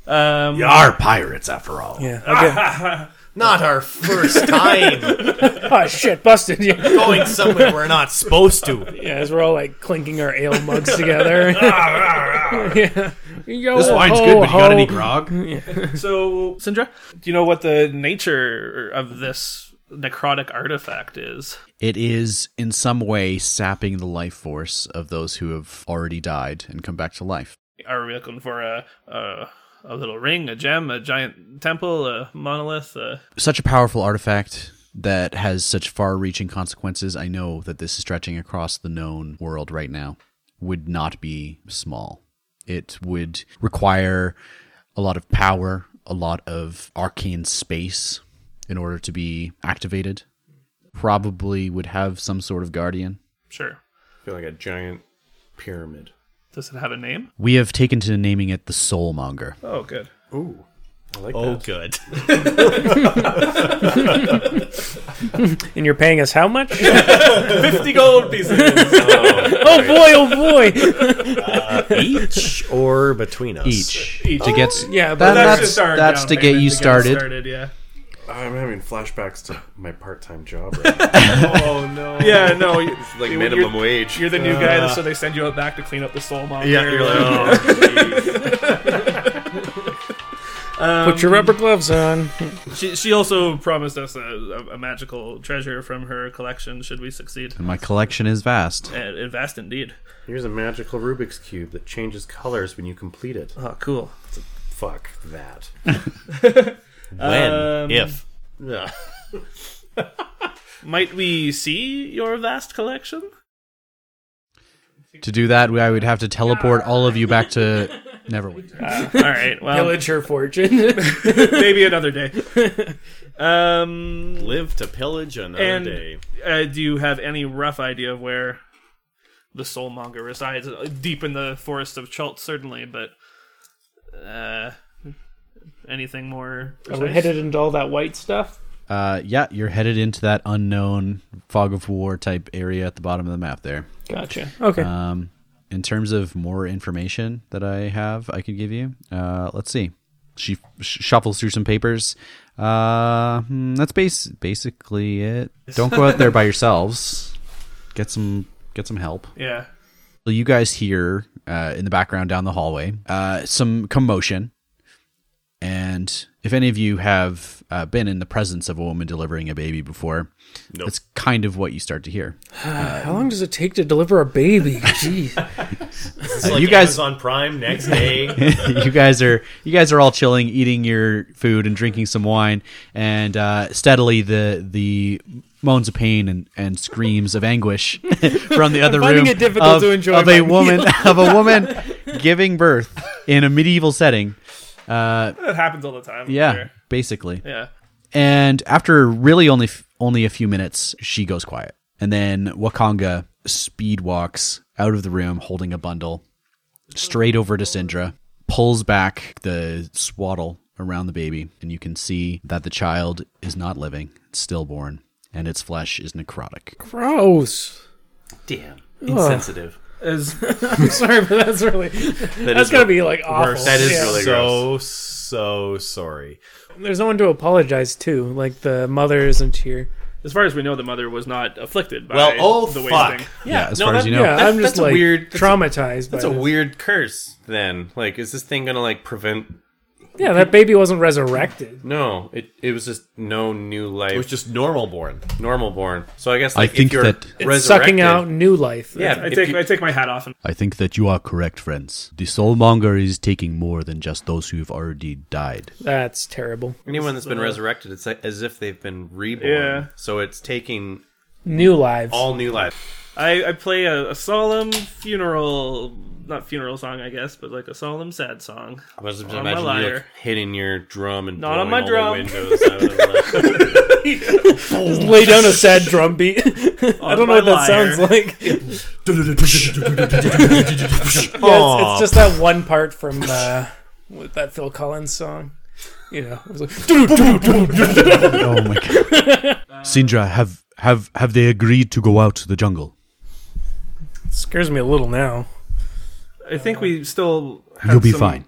S7: Um,
S1: Are pirates after all?
S8: Yeah. Okay.
S6: not our first time
S8: oh, shit. Busted you.
S6: going somewhere we're not supposed to.
S8: Yeah, as we're all like clinking our ale mugs together. yeah.
S1: This wine's good, but you got any grog?
S7: So, Sindra, do you know what the nature of this necrotic artifact is?
S1: It is in some way sapping the life force of those who have already died and come back to life.
S7: Are we looking for a a, a little ring, a gem, a giant temple, a monolith? A...
S1: such a powerful artifact that has such far-reaching consequences. I know that this is stretching across the known world right now. Would not be small. It would require a lot of power, a lot of arcane space in order to be activated. Probably would have some sort of guardian.
S7: Sure.
S4: I feel like a giant pyramid.
S7: Does it have a name?
S1: We have taken to naming it the Soulmonger.
S7: Oh, good.
S4: Ooh. I like
S6: Oh,
S4: that.
S6: good.
S8: and you're paying us how much?
S7: 50 gold pieces.
S8: oh boy, oh boy.
S9: Each or between us?
S1: Each. To get s-
S7: Oh, Yeah,
S1: that-
S7: but that's,
S1: that's,
S7: just our
S1: that's
S7: down
S1: to get
S7: payment
S1: you started.
S7: started. Yeah.
S4: I'm having flashbacks to my part-time job. Right now.
S9: Oh, no.
S7: Yeah, no. you-
S4: It's like
S7: you-
S4: minimum
S7: you're-
S4: wage.
S7: You're the new guy, so they send you out back to clean up the soul monitor.
S4: Uh, yeah, you're like, oh,
S8: Put your rubber gloves on.
S7: She, she also promised us a, a, a magical treasure from her collection should we succeed.
S1: My collection is vast.
S7: And and Uh, vast indeed.
S4: here's a magical Rubik's cube that changes colors when you complete it.
S7: Oh, cool.
S4: Fuck that.
S6: When?
S7: Um,
S6: if?
S4: Yeah.
S7: Might we see your vast collection?
S1: To do that, we- I would have to teleport all of you back to Neverwinter.
S7: All right. Well,
S8: Pillage her fortune.
S7: maybe another day. Um,
S6: Live to pillage another
S7: And-
S6: day.
S7: uh, do you have any rough idea of where the soulmonger resides? Uh, Deep in the forest of Chult, certainly, but uh, anything more?
S8: Are
S7: Precise?
S8: we headed into all that white stuff?
S1: Uh, yeah, you're headed into that unknown fog of war type area at the bottom of the map there.
S8: Gotcha. Okay.
S1: Um, in terms of more information that I have, I could give you. Uh, let's see. She sh- shuffles through some papers. Uh, hmm, that's base basically it. Don't go out there by yourselves. Get some get some help.
S7: Yeah.
S1: So you guys hear uh, in the background down the hallway uh, some commotion, and if any of you have uh, been in the presence of a woman delivering a baby before, that's kind of what you start to hear.
S8: How long does it take to deliver a baby? Jeez.
S6: It's like
S1: you guys-
S6: Amazon Prime next day.
S1: you guys are you guys are all chilling, eating your food and drinking some wine, and uh, steadily the the moans of pain and, and screams of anguish from the other
S8: finding
S1: room
S8: it difficult
S1: of,
S8: to enjoy
S1: of a
S8: my
S1: woman of a woman giving birth in a medieval setting. Uh,
S7: That happens all the time.
S1: yeah,
S7: Sure.
S1: basically.
S7: Yeah.
S1: And after really only f- only a few minutes, she goes quiet, and then Wakanga speed walks out of the room holding a bundle straight over to Sindra, pulls back the swaddle around the baby, and you can see that the child is not living, it's stillborn, and its flesh is necrotic.
S8: Gross.
S4: Damn. Insensitive.
S7: Is
S8: Sorry, but that's really that's
S4: is
S8: gonna
S4: wor-
S8: be like awful.
S4: worse. That is
S8: Yeah.
S4: really gross.
S6: so, so sorry.
S8: There's no one to apologize to. Like the mother isn't here.
S7: as far as we know, the mother was not afflicted by
S6: Well, oh,
S7: the
S6: fuck.
S7: wasting.
S1: Yeah, as far as
S6: that-
S1: you know.
S8: yeah,
S6: that's-
S8: I'm just
S6: that's a
S8: like
S6: weird- that's a-
S8: traumatized.
S4: That's
S8: by
S4: a
S8: this.
S4: weird curse. Then, like, is this thing gonna like prevent?
S8: Yeah, that baby wasn't resurrected.
S4: No, it it was just no new life.
S6: It was just normal born.
S4: normal born. So I guess
S1: I
S4: like,
S1: think
S4: if you're
S1: that- It's
S4: resurrected,
S8: Sucking out new life.
S4: Yeah,
S7: I
S4: if
S7: take
S4: you-
S7: I take my hat off and
S1: I think that you are correct, friends. The soulmonger is taking more than just those who have already died.
S8: That's terrible.
S4: anyone that's been resurrected, it's like, as if they've been reborn.
S7: Yeah.
S4: So it's taking
S8: New lives.
S4: all new life.
S7: I, I play a, a solemn funeral, not funeral song, I guess, but like a solemn sad song.
S4: I was just
S7: On my
S4: imagining you,
S7: lyre.
S4: like, hitting your drum and
S7: Not on
S4: blowing
S7: my
S4: all
S7: drum.
S4: The windows out of the-
S8: Just lay down a sad drum beat. I don't know
S7: my
S8: what that
S7: lyre.
S8: sounds like. yeah, it's, it's just that one part from uh, what, that Phil Collins song. You know, it was like
S1: Oh my god. Sindra, have have have they agreed to go out to the jungle?
S8: scares me a little now.
S7: I think we still. Have
S1: You'll be
S7: some-
S1: fine.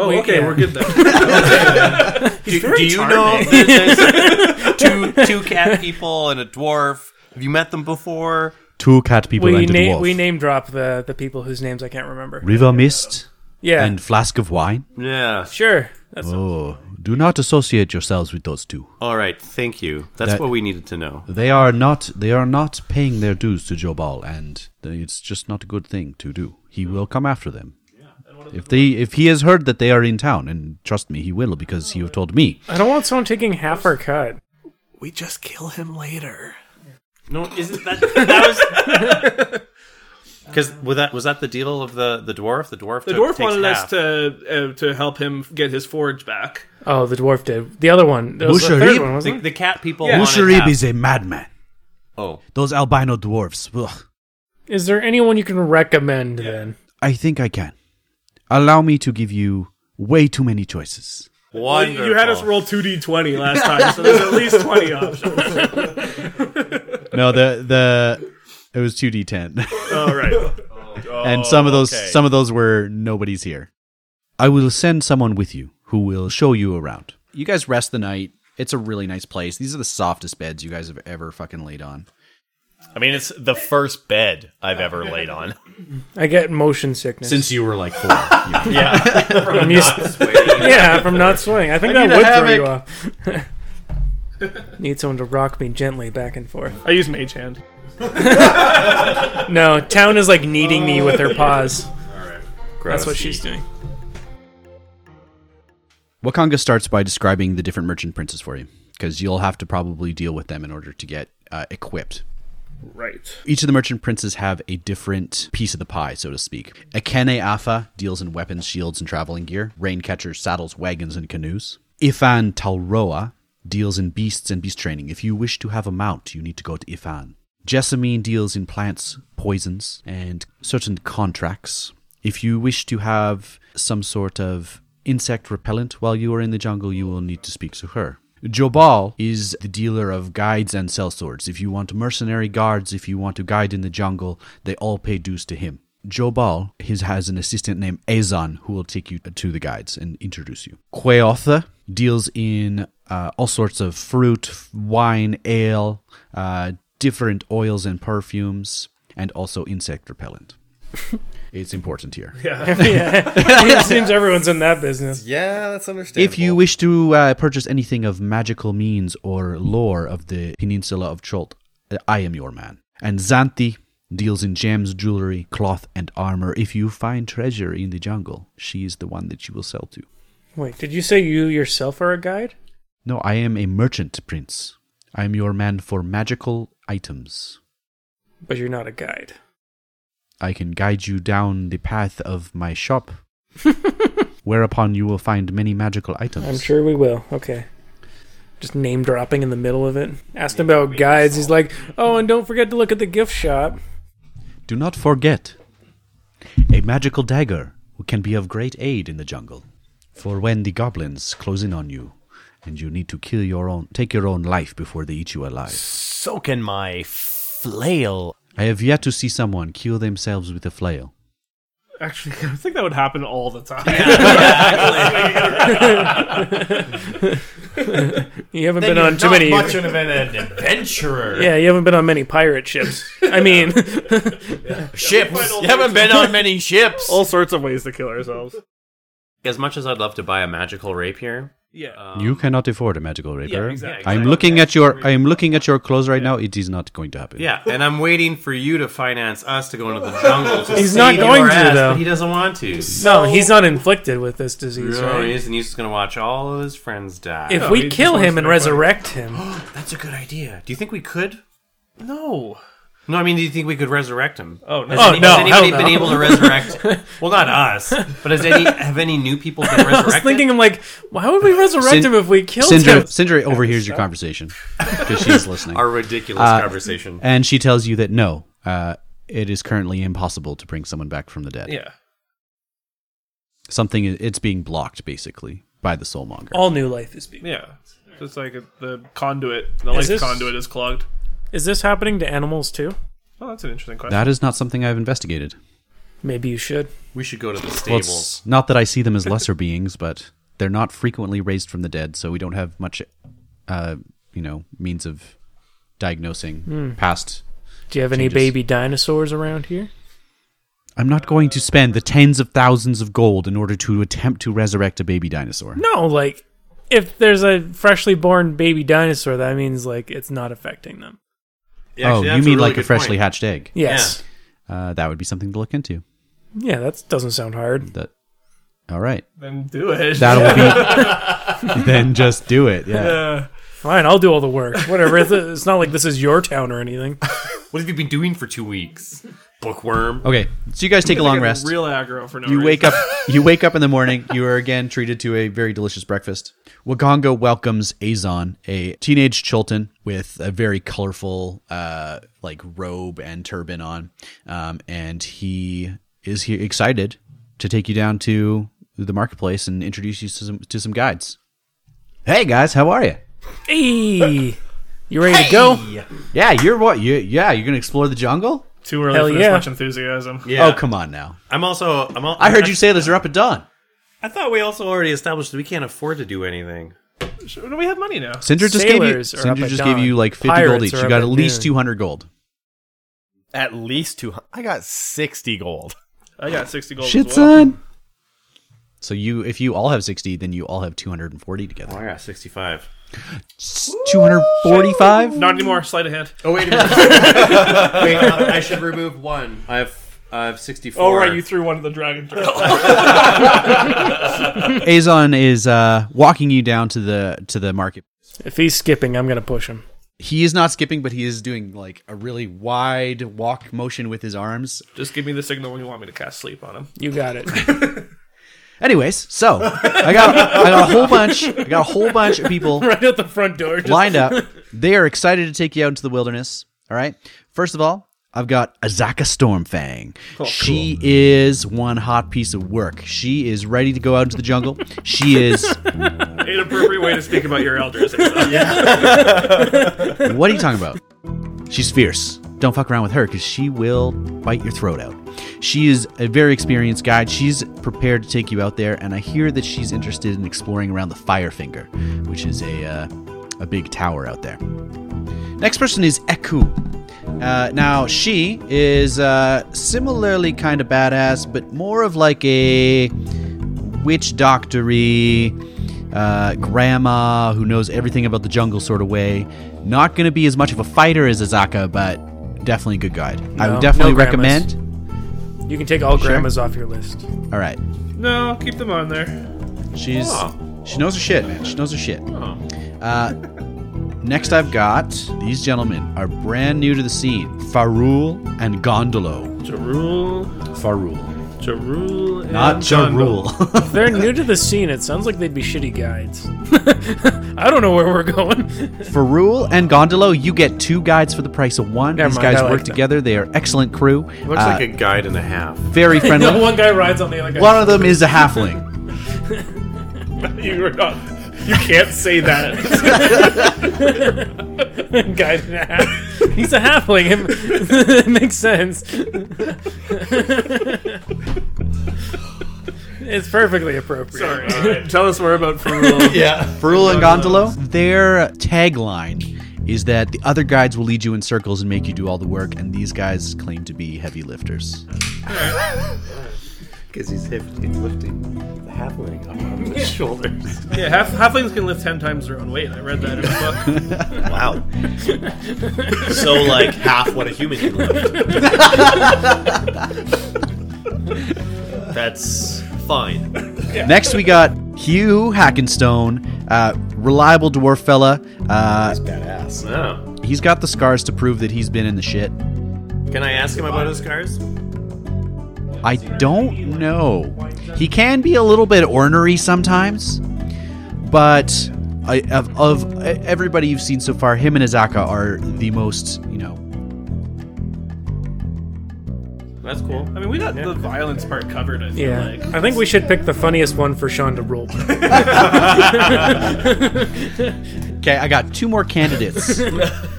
S7: Oh,
S8: Wait,
S7: okay,
S8: yeah.
S7: we're good then.
S6: Do, do you know there's- there's two two cat people and a dwarf? Have you met them before?
S1: Two cat people
S8: We
S1: and a
S8: na-
S1: dwarf.
S8: we name drop the the people whose names I can't remember.
S1: River mist
S8: Yeah,
S1: and flask of wine.
S4: yeah.
S8: sure. That's
S1: Oh, do not associate yourselves with those two.
S4: All right. Thank you. That's
S1: That-
S4: what we needed to know.
S1: They are not. They are not paying their dues to Jobal, and it's just not a good thing to do. He will come after them. If they, if he has heard that they are in town, and trust me, he will because you have told me.
S8: I don't want someone taking half our cut.
S9: We just kill him later.
S4: No, isn't that that was? Because was that was that the deal of the the dwarf? The dwarf.
S7: The
S4: took-
S7: dwarf
S4: takes
S7: wanted us
S4: half.
S7: to uh, to help him get his forge back.
S8: Oh, the dwarf did. The other one. That was the
S1: Musharib?
S8: third one, wasn't
S4: The,
S8: it?
S4: the cat people.
S7: Yeah.
S4: wanted
S1: Musharib
S4: half.
S1: is a madman.
S6: Oh,
S1: Those albino dwarfs. Ugh.
S8: Is there anyone you can recommend then?
S1: I think I can. Allow me to give you way too many choices.
S7: Well,
S4: Wonderful.
S7: you had us roll two d twenty last time, so there's at least twenty options.
S1: No, the the it was two D ten.
S7: All right.
S1: and some of those
S4: okay.
S1: some of those were nobody's here. I will send someone with you who will show you around. You guys rest the night. It's a really nice place. These are the softest beds you guys have ever fucking laid on.
S6: I mean, it's the first bed I've ever laid on.
S8: I get motion sickness.
S9: Since you were like four. you-
S8: I'm used- yeah, from not swaying. I think that would throw you off. Need someone to rock me gently back and forth.
S7: I use mage hand.
S8: No, Town is like kneading me with her paws.
S4: Gross.
S8: That's what she's doing.
S1: Wakanga starts by describing the different merchant princes for you, because you'll have to probably deal with them in order to get uh, equipped.
S7: Right.
S1: Each of the merchant princes have a different piece of the pie, so to speak. Akene Afa deals in weapons, shields, and traveling gear. Rain catchers, saddles, wagons, and canoes. Ifan Talroa deals in beasts and beast training. If you wish to have a mount, you need to go to Ifan. Jessamine deals in plants, poisons, and certain contracts. If you wish to have some sort of insect repellent while you are in the jungle, you will need to speak to her. Jobal is the dealer of guides and sellswords. If you want mercenary guards, if you want to guide in the jungle, they all pay dues to him. Jobal his, has an assistant named Azan who will take you to the guides and introduce you. Queotha deals in uh, all sorts of fruit, wine, ale, uh, different oils and perfumes, and also insect repellent. it's important here.
S8: It seems everyone's in that business.
S6: Yeah, that's understandable.
S1: If you wish to uh, purchase anything of magical means or lore of the peninsula of Cholt, uh, I am your man. And Xanthi deals in gems, jewelry, cloth, and armor. If you find treasure in the jungle, she is the one that you will sell to.
S8: Wait, did you say you yourself are a guide?
S1: No, I am a merchant, prince. I am your man for magical items.
S8: But you're not a guide.
S1: I can guide you down the path of my shop, whereupon you will find many magical items.
S8: I'm sure we will. Okay. Just name dropping in the middle of it. Asked him about guides. He's like, oh, and don't forget to look at the gift shop.
S1: Do not forget a magical dagger can be of great aid in the jungle. For when the goblins close in on you and you need to kill your own take your own life before they eat you alive.
S6: soak in my flail,
S1: I have yet to see someone kill themselves with a flail.
S7: Actually, I think that would happen all the time.
S8: You haven't been on too many.
S9: much of an adventurer.
S8: yeah, you haven't been on many pirate ships. I mean,
S9: Ships. You haven't been on many ships.
S6: Oh.
S7: All sorts of ways to kill ourselves.
S4: As much as I'd love to buy a magical rapier,
S7: Yeah.
S8: Uh,
S4: Um,
S1: you cannot afford a magical rapier.
S7: exactly.
S1: I'm looking at your I am looking at your clothes right now. It is not going to happen.
S4: yeah, and I'm waiting for you to finance us to go into the jungle. To
S8: He's not
S4: save
S8: going
S4: your
S8: to,
S4: ass,
S8: though.
S4: But he doesn't want to.
S8: no, he's not inflicted with this disease,
S4: No, he
S8: right?
S4: is, and he's just going to watch all of his friends die.
S8: If
S7: he
S8: we
S7: just
S8: kill
S7: wants
S8: him
S7: to
S8: and
S7: make
S8: resurrect him,
S4: That's a good idea. Do you think we could?
S7: No.
S4: No, I mean, do you think we could resurrect him?
S7: Oh, no.
S4: Has
S8: Oh,
S4: any-
S8: no,
S4: Has anybody
S8: hell no.
S4: been able to resurrect? well, not us, but has any have any new people been resurrected?
S8: I was thinking, I'm like, why would we resurrect
S1: Sin-
S8: him if we killed
S1: Sindra,
S8: him?
S1: Sindra overhears your conversation because she's listening. Uh,
S4: our ridiculous conversation.
S1: and she tells you that no, uh, it is currently impossible to bring someone back from the dead.
S7: Yeah.
S1: Something it's being blocked basically by the soulmonger.
S4: Oh.
S8: All new life is beautiful.
S7: Yeah. Just like the conduit, the
S8: Is
S7: life
S8: this-
S7: conduit is clogged.
S8: Is this happening to animals too?
S7: Oh, that's an interesting question.
S1: That is not something I've investigated.
S8: Maybe you should.
S4: we should go to the
S1: Well,
S4: stables.
S1: it's not that I see them as lesser beings, but they're not frequently raised from the dead, so we don't have much, uh, you know, means of diagnosing
S4: Hmm.
S1: past.
S8: Do you have any
S1: Changes.
S8: baby dinosaurs around here?
S1: I'm not going to spend the tens of thousands of gold in order to attempt to resurrect a baby dinosaur.
S8: No, like if there's a freshly born baby dinosaur, that means like it's not affecting them.
S4: Yeah,
S1: oh,
S4: actually,
S1: you
S4: that's
S1: mean
S4: a really
S1: like a
S4: good
S1: freshly
S4: point.
S1: hatched egg?
S8: Yes.
S1: Uh, that would be something to look into.
S8: Yeah, that doesn't sound hard.
S1: That. All right.
S7: then do it.
S1: That'll be. then just do it. Yeah.
S8: Fine, I'll do all the work. Whatever. it's, it's not like this is your town or anything.
S4: What have you been doing for two weeks? Bookworm.
S1: Okay, so you guys take a long
S7: Get
S1: rest.
S7: Real aggro for no
S1: you
S7: reason.
S1: wake up. You wake up in the morning. You are again treated to a very delicious breakfast. Wagongo welcomes Azon, a teenage Chultan with a very colorful, uh, like robe and turban on, um, and he is here excited to take you down to the marketplace and introduce you to some to some guides. Hey guys, how are you?
S8: Hey, you ready to go?
S1: Yeah, you're what? You yeah, you're gonna explore the jungle?
S7: Too early
S8: Hell
S7: for
S8: yeah.
S7: this much enthusiasm.
S1: Oh come on now!
S4: I'm also. I'm al-
S1: I heard you sailors are up at dawn.
S4: I thought we also already established that we can't afford to do anything.
S7: Sure, We have money now.
S1: Cinder just gave you.
S8: Sailors are up
S1: Cinder
S8: at
S1: just gave
S8: dawn.
S1: you like fifty gold
S8: Pirates
S1: each.
S8: are
S1: You
S8: up
S1: got
S8: at
S1: at least
S8: noon.
S1: two hundred gold.
S6: At least two. hun- I got sixty gold.
S7: I got 60 gold.
S1: Shit,
S7: as well.
S1: son. So you, if you all have sixty, then you all have two hundred and forty together.
S4: I got 65.
S1: Two hundred forty-five.
S7: Not anymore. Sleight of hand.
S9: Oh wait a minute. wait,
S4: Uh,
S9: I I should remove one.
S4: I have. I have 64.
S7: Oh, right. You threw one of the dragon turtles.
S1: Azon is uh, walking you down to the to the market.
S8: If he's skipping, I'm gonna push him.
S1: He is not skipping, but he is doing like a really wide walk motion with his arms.
S7: Just give me the signal when you want me to cast sleep on him.
S8: You got it.
S1: Anyways, so I got I got a whole bunch. I got a whole bunch of people
S8: right out the front door. Just
S1: lined up. They are excited to take you out into the wilderness. All right. First of all, I've got Azaka Stormfang. she is one hot piece of work. She is ready to go out into the jungle. she is.
S7: Inappropriate way to speak about your elders.
S1: What are you talking about? She's fierce. Don't fuck around with her because she will bite your throat out. She is a very experienced guide. She's prepared to take you out there, and I hear that she's interested in exploring around the Firefinger, which is a uh, a big tower out there. Next person is Eku. Uh, now she is uh, similarly kind of badass, but more of like a witch doctory uh, grandma who knows everything about the jungle sort of way. Not going to be as much of a fighter as Azaka, but definitely a good guide. I would
S8: No,
S1: definitely
S8: no grandmas.
S1: recommend.
S8: you can take all grandmas off your list.
S1: All right,
S7: no, keep them on there.
S1: she's she knows her shit, man. She knows her shit. Uh, next, I've got these gentlemen are brand new to the scene: Farul and Gondolo.
S7: Jarul.
S1: Farul,
S7: Jarul. and
S1: not
S7: Gondor.
S1: Jarul.
S8: If they're new to the scene, it sounds like they'd be shitty guides. I don't know where we're going.
S1: Farul and Gondolo, you get two guides for the price of one.
S8: Never
S1: These
S8: mind, I
S1: guys
S8: like
S1: work
S8: them.
S1: together. They are excellent crew.
S4: Looks
S1: Uh,
S4: like a guide and a half.
S1: very friendly.
S8: No one guy rides on the other guy.
S1: One of them is a halfling.
S7: You are not. You can't say that.
S8: Guys, he's a halfling. It makes sense. it's perfectly appropriate.
S7: Sorry. Tell us more about Ferul.
S1: Ferul and Gondolo. Their tagline is that the other guides will lead you in circles and make you do all the work, and these guys claim to be heavy lifters.
S6: Because he's, hip, he's lifting the halfling up on his shoulders.
S7: Yeah, half, halflings can lift ten times their own weight. I read that in a book.
S6: Wow. so like half what a human can lift. That's fine.
S1: Next, we got Hugh Hackenstone, uh, reliable dwarf fella. Uh,
S6: Badass.
S4: Oh.
S1: he's got the scars to prove that he's been in the shit.
S4: Can I ask him about his cars?
S1: I don't know. He can be a little bit ornery sometimes, but I, of, of everybody you've seen so far, him and Azaka are the most, you know.
S7: That's cool. I mean, we got the violence part covered. I feel
S8: Yeah,
S7: like.
S8: I think we should pick the funniest one for Sean to roll.
S1: Okay, I got two more candidates.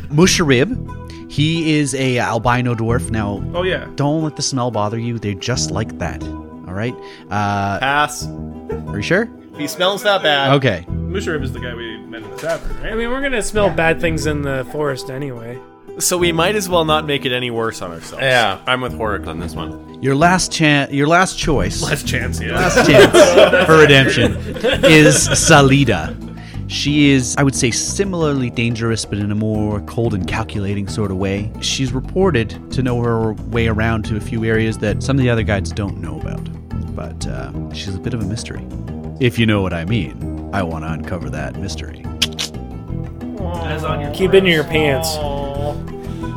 S1: Musharib, he is a albino dwarf. Now,
S7: Oh yeah.
S1: don't let the smell bother you. They're just like that. All right. Uh,
S6: Pass.
S1: are you sure?
S6: He smells not bad.
S1: Okay.
S7: Musharib is the guy we met in the tavern,
S8: I
S7: right?
S8: mean, we're gonna smell bad things in the forest anyway.
S9: So we might as well not make it any worse on ourselves.
S4: Yeah, I'm with Horik on this one.
S1: Your last chance. Your last choice.
S7: Last chance, yeah.
S1: last chance for redemption is Salida. She is, I would say, similarly dangerous, but in a more cold and calculating sort of way. She's reported to know her way around to a few areas that some of the other guides don't know about. But uh, she's a bit of a mystery. If you know what I mean, I want to uncover that mystery.
S8: Keep it in your pants.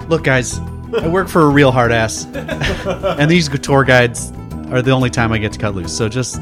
S1: Look, guys, I work for a real hard ass, and these tour guides are the only time I get to cut loose. So just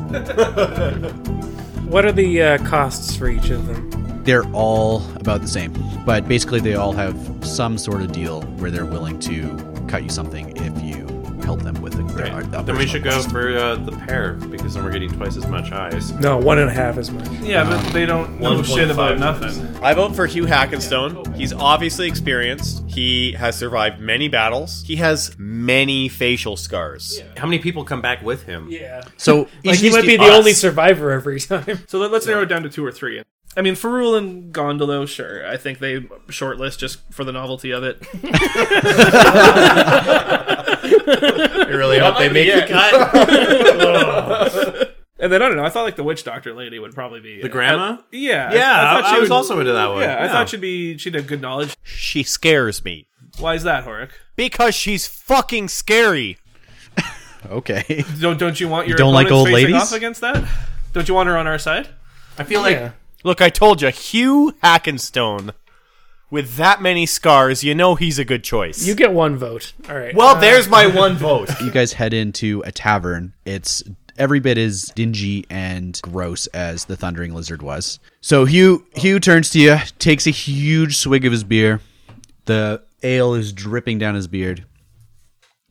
S8: What are the uh, costs for each of them?
S1: they're all about the same, but basically they all have some sort of deal where they're willing to cut you something if you help them with it.
S4: Right. Then we should go for uh, the pair because then we're getting twice as much eyes.
S8: No, one and a half as much.
S7: Yeah, but they don't know shit about nothing.
S6: I vote for Hugh Hackenstone. He's obviously experienced. He has survived many battles. He has many facial scars.
S4: How many people come back with him?
S8: Yeah.
S1: So
S8: Like he might be the only survivor every time.
S7: So let, us narrow it down to two or three. I mean, Ferrul and Gondolo, sure. I think they shortlist just for the novelty of it.
S6: I really hope they make the cut.
S7: And then I don't know. I thought like the witch doctor lady would probably be uh,
S4: The grandma?
S7: Yeah,
S4: yeah, I,
S7: thought
S4: I was
S7: would-
S4: also into that one.
S7: Yeah, I thought she'd be she'd have good knowledge.
S6: She scares me
S7: Why is that, Horik?
S6: because she's fucking scary.
S1: okay.
S7: Don't don't you want your
S1: don't like
S7: opponents
S1: old
S7: facing
S1: ladies?
S7: off against that? Don't you want her on our side?
S6: I feel like Look, I told you Hugh Hackenstone with that many scars, you know he's a good choice.
S8: You get one vote. All right.
S6: well, there's my one vote.
S1: you guys head into a tavern. It's every bit as dingy and gross as the thundering lizard was. So Hugh Hugh turns to you, takes a huge swig of his beer. The ale is dripping down his beard.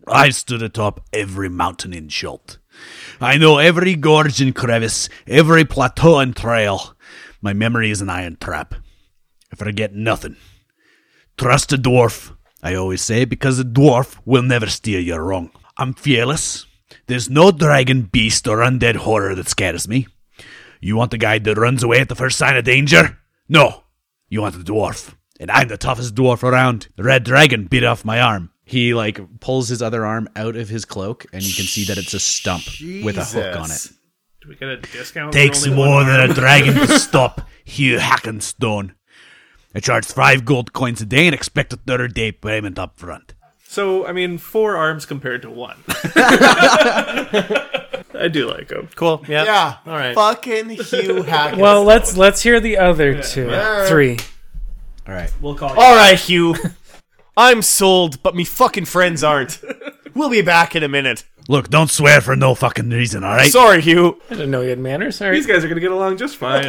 S1: I stood atop every mountain in Schult. I know every gorge and crevice, every plateau and trail. My memory is an iron trap. I forget nothing. Trust a dwarf, I always say, because a dwarf will never steer you wrong. I'm fearless. There's no dragon, beast, or undead horror that scares me. You want the guy that runs away at the first sign of danger? No. You want a dwarf. And I'm the toughest dwarf around. The red dragon bit off my arm. He like pulls his other arm out of his cloak, and you can see that it's a stump with a hook on it.
S7: Do we get a discount? for
S1: Takes
S7: only one
S1: more
S7: arm?
S1: than a dragon to stop Hugh Hackenstone. I charge five gold coins a day and expect a third day payment up front.
S7: So I mean, four arms compared to one. I do like him.
S6: Cool. Yeah.
S9: Yeah.
S6: All right.
S9: Fucking Hugh Hackett.
S8: Well, let's let's hear the other two, three.
S1: All right.
S7: We'll call.
S4: Oh,
S6: All right, Hugh. I'm sold, but me fucking friends aren't. We'll be back in a minute.
S1: Look, don't swear for no fucking reason, all right?
S6: Sorry, Hugh.
S8: I didn't know he had manners. All right.
S7: These guys are gonna get along just fine.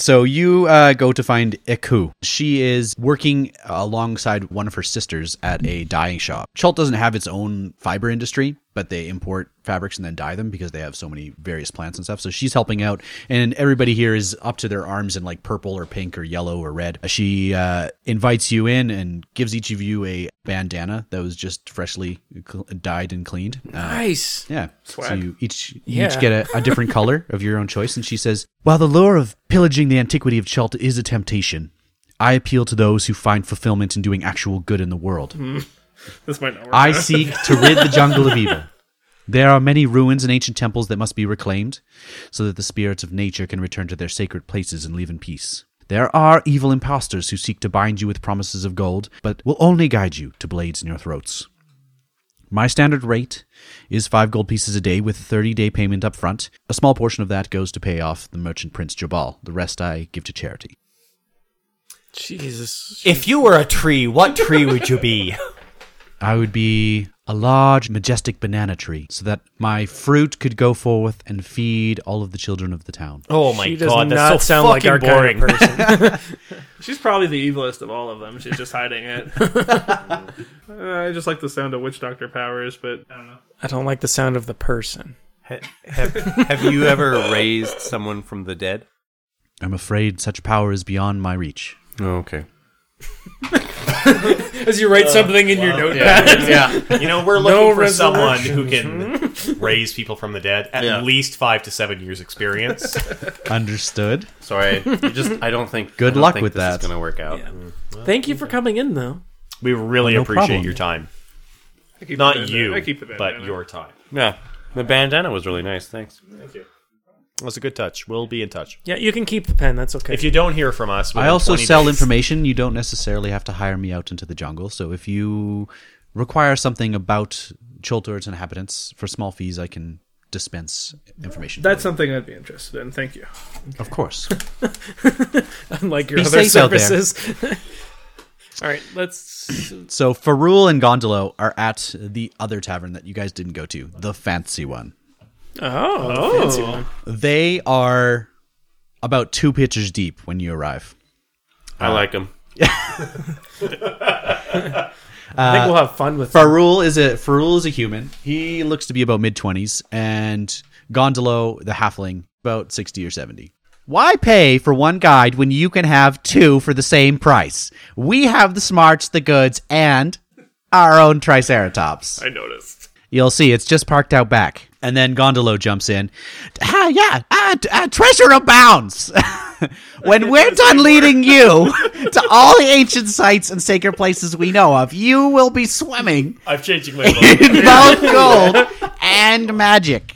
S1: So you uh, go to find Iku. She is working alongside one of her sisters at a dyeing shop. Chult doesn't have its own fiber industry, but they import fabrics and then dye them because they have so many various plants and stuff. So she's helping out, and everybody here is up to their arms in like purple or pink or yellow or red. She uh, invites you in and gives each of you a bandana that was just freshly cl- dyed and cleaned. Uh,
S8: Nice.
S1: yeah. So you each you each
S8: Yeah.
S1: get a, a different color of your own choice. And she says, While the lure of pillaging the antiquity of Chelt is a temptation, I appeal to those who find fulfillment in doing actual good in the world.
S7: this might not work.
S1: I seek to rid the jungle of evil. There are many ruins and ancient temples that must be reclaimed so that the spirits of nature can return to their sacred places and live in peace. There are evil impostors who seek to bind you with promises of gold, but will only guide you to blades in your throats. My standard rate is five gold pieces a day with a 30 day payment up front. A small portion of that goes to pay off the merchant Prince Jabal. The rest I give to charity.
S8: Jesus.
S6: If you were a tree, what tree would you be?
S1: I would be a large, majestic banana tree so that my fruit could go forth and feed all of the children of the town.
S6: Oh my
S8: She does
S6: god, that's
S8: not
S6: so
S8: sound like
S6: fucking
S8: our
S6: boring.
S8: kind of person.
S7: She's probably the evilest of all of them. She's just hiding it. Uh, I just like the sound of witch doctor powers, but I don't know.
S8: I don't like the sound of the person.
S4: Have, have you ever raised someone from the dead?
S1: I'm afraid such power is beyond my reach.
S4: Oh, okay.
S8: As you write
S6: Uh,
S8: something in your notepad.
S6: yeah, you know we're looking
S8: No
S6: for someone who can raise people from the dead. At least five to seven years experience.
S1: Understood.
S4: Sorry, you just I don't think.
S1: Good
S4: I don't
S1: luck
S4: think
S1: with
S4: this is
S1: that.
S4: going to work out.
S8: Thank you for coming in, though.
S6: We really
S1: No
S6: appreciate
S1: problem.
S6: your time.
S7: I keep the
S6: Not
S7: bandana.
S6: you,
S7: I keep the bandana.
S6: but your time.
S4: Yeah, the bandana was really nice. Thanks.
S6: It was a good touch. We'll be in touch.
S8: Yeah, you can keep the pen. That's okay.
S6: If you don't hear from us,
S1: I
S6: within
S1: also
S6: 20
S1: sell
S6: days-
S1: information. You don't necessarily have to hire me out into the jungle. So if you require something about Chultor or its inhabitants, for small fees, I can dispense information.
S7: That's something I'd be interested in. Thank you.
S1: of course.
S8: Unlike your
S1: Be
S8: other
S1: safe out there.
S8: services.
S7: All right, let's.
S1: So Farul and Gondolo are at the other tavern that you guys didn't go to, the fancy one.
S8: Oh, fancy one.
S1: They are about two pitchers deep when you arrive.
S4: I like him.
S8: I think we'll have fun with
S1: Farul is a Farul is a human. He looks to be about mid twenties, and Gondolo, the halfling, about sixty or seventy. Why pay for one guide when you can have two for the same price? We have the smarts, the goods, and our own Triceratops.
S7: I noticed.
S1: You'll see, it's just parked out back. And then Gondolo jumps in. Ah, yeah, ah, t- ah, treasure abounds. when we're done leading you to all the ancient sites and sacred places we know of, you will be swimming
S9: I'm changing my vote.
S1: in both gold and magic.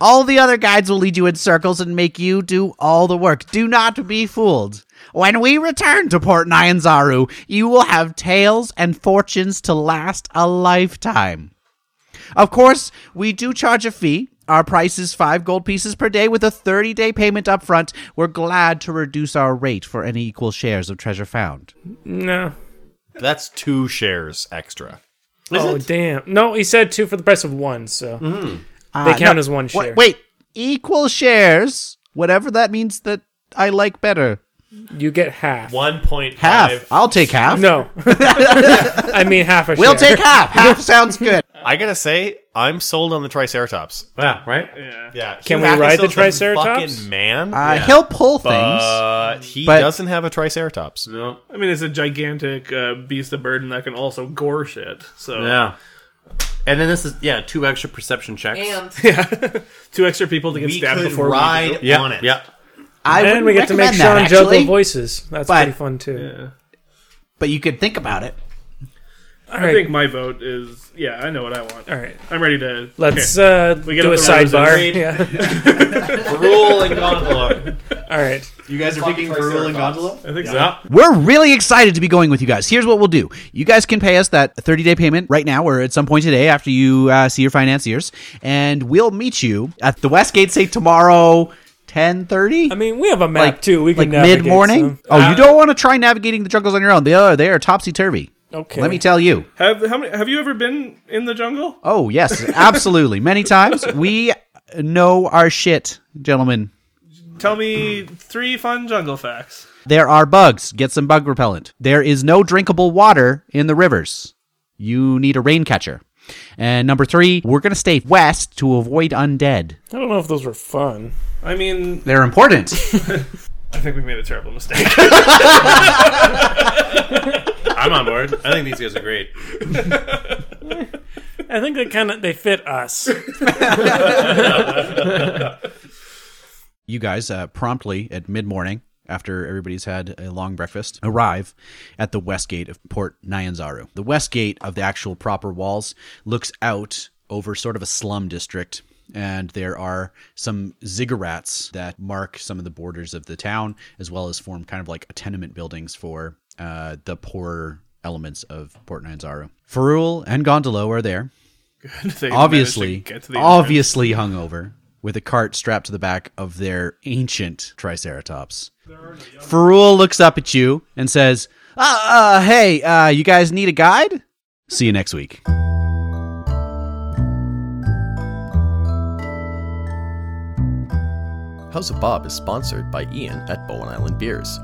S1: All the other guides will lead you in circles and make you do all the work. Do not be fooled. When we return to Port Nyanzaru, you will have tales and fortunes to last a lifetime. Of course, we do charge a fee. Our price is five gold pieces per day with a 30 day payment up front. We're glad to reduce our rate for any equal shares of treasure found.
S8: no.
S6: That's two shares extra.
S8: oh damn! No, he said two for the price of one, so they count as one
S1: Wha-
S8: share.
S1: Uh, Wait, equal shares? Whatever that means that I like better.
S8: you get half.
S9: One point
S1: Half.
S9: five.
S1: I'll take half.
S8: No, I mean half a
S1: We'll
S8: share.
S1: take half. Half sounds good.
S6: I gotta say, I'm sold on the Triceratops.
S4: Yeah, right.
S6: Yeah,
S8: Can
S6: Hugh
S8: we ride the
S6: Hackensell's a
S8: Triceratops?
S6: Fucking man,
S1: Uh, He'll pull things.
S6: but he
S1: but-
S6: doesn't have a Triceratops.
S4: No.
S7: I mean, it's a gigantic uh, beast of burden that can also gore shit. So
S4: Yeah. And then this is yeah two extra perception checks.
S7: two extra people to get
S6: We
S7: stabbed
S6: could
S7: before we
S6: ride
S4: yeah,
S6: on it.
S4: yeah.
S1: I
S8: and we get to make Sean
S1: recommend that,
S8: juggle
S1: actually,
S8: voices. That's
S1: But-
S8: pretty fun too.
S1: But you could think about it.
S8: All
S7: I
S8: right,
S7: think my vote is yeah. I know what I want.
S8: all right.
S7: I'm ready to.
S8: Let's
S7: Okay.
S8: uh,
S7: get
S8: do a
S7: up the roses.
S8: sidebar. Yeah.
S6: Rule and gondola.
S8: All right.
S1: You guys are picking Barul and Gondola?
S7: I think
S1: We're really excited to be going with you guys. Here's what we'll do. You guys can pay us that 30 day payment right now or at some point today after you uh, see your financiers. And we'll meet you at the Westgate, say tomorrow, 1030?
S8: I mean, we have a map too. We
S1: like
S8: can navigate Uh,
S1: mid morning.
S8: some.
S1: Oh, you don't want to try navigating the jungles on your own. They are they are topsy turvy.
S8: Okay.
S1: Let me tell you.
S7: so. Have how many? Have you ever been in the jungle?
S1: Oh yes, absolutely. Many times we know our shit, gentlemen.
S7: Tell me three fun jungle facts.
S1: There are bugs. Get some bug repellent. There is no drinkable water in the rivers. You need a rain catcher. And number three, we're going to stay west to avoid undead.
S8: I don't know if those were fun.
S7: I mean,
S1: They're important.
S7: I think we made a terrible mistake.
S4: I'm on board. I think these guys are great.
S8: I think they kind of they fit us.
S1: you guys uh, promptly at mid morning, after everybody's had a long breakfast, arrive at the west gate of Port Nyanzaru. The west gate of the actual proper walls looks out over sort of a slum district. And there are some ziggurats that mark some of the borders of the town, as well as form kind of like tenement buildings for uh, the poorer elements of Port Nyanzaru. Farul and Gondolo are there
S7: They managed to
S1: obviously
S7: get to the
S1: obviously hungover with a cart strapped to the back of their ancient triceratops. Ferul looks up at you and says, "Uh, uh hey, uh you guys need a guide? See you next week."
S6: House of Bob is sponsored by Ian at Bowen Island Beers.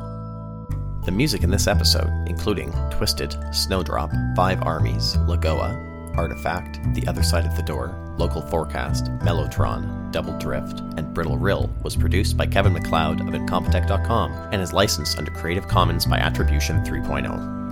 S6: The music in this episode, including Twisted, Snowdrop, Five Armies, Lagoa, Artifact, The Other Side of the Door, Local Forecast, Mellotron, Double Drift, and Brittle Rill, was produced by Kevin McLeod of Incompetech.com and is licensed under Creative Commons by Attribution oh. 3.0.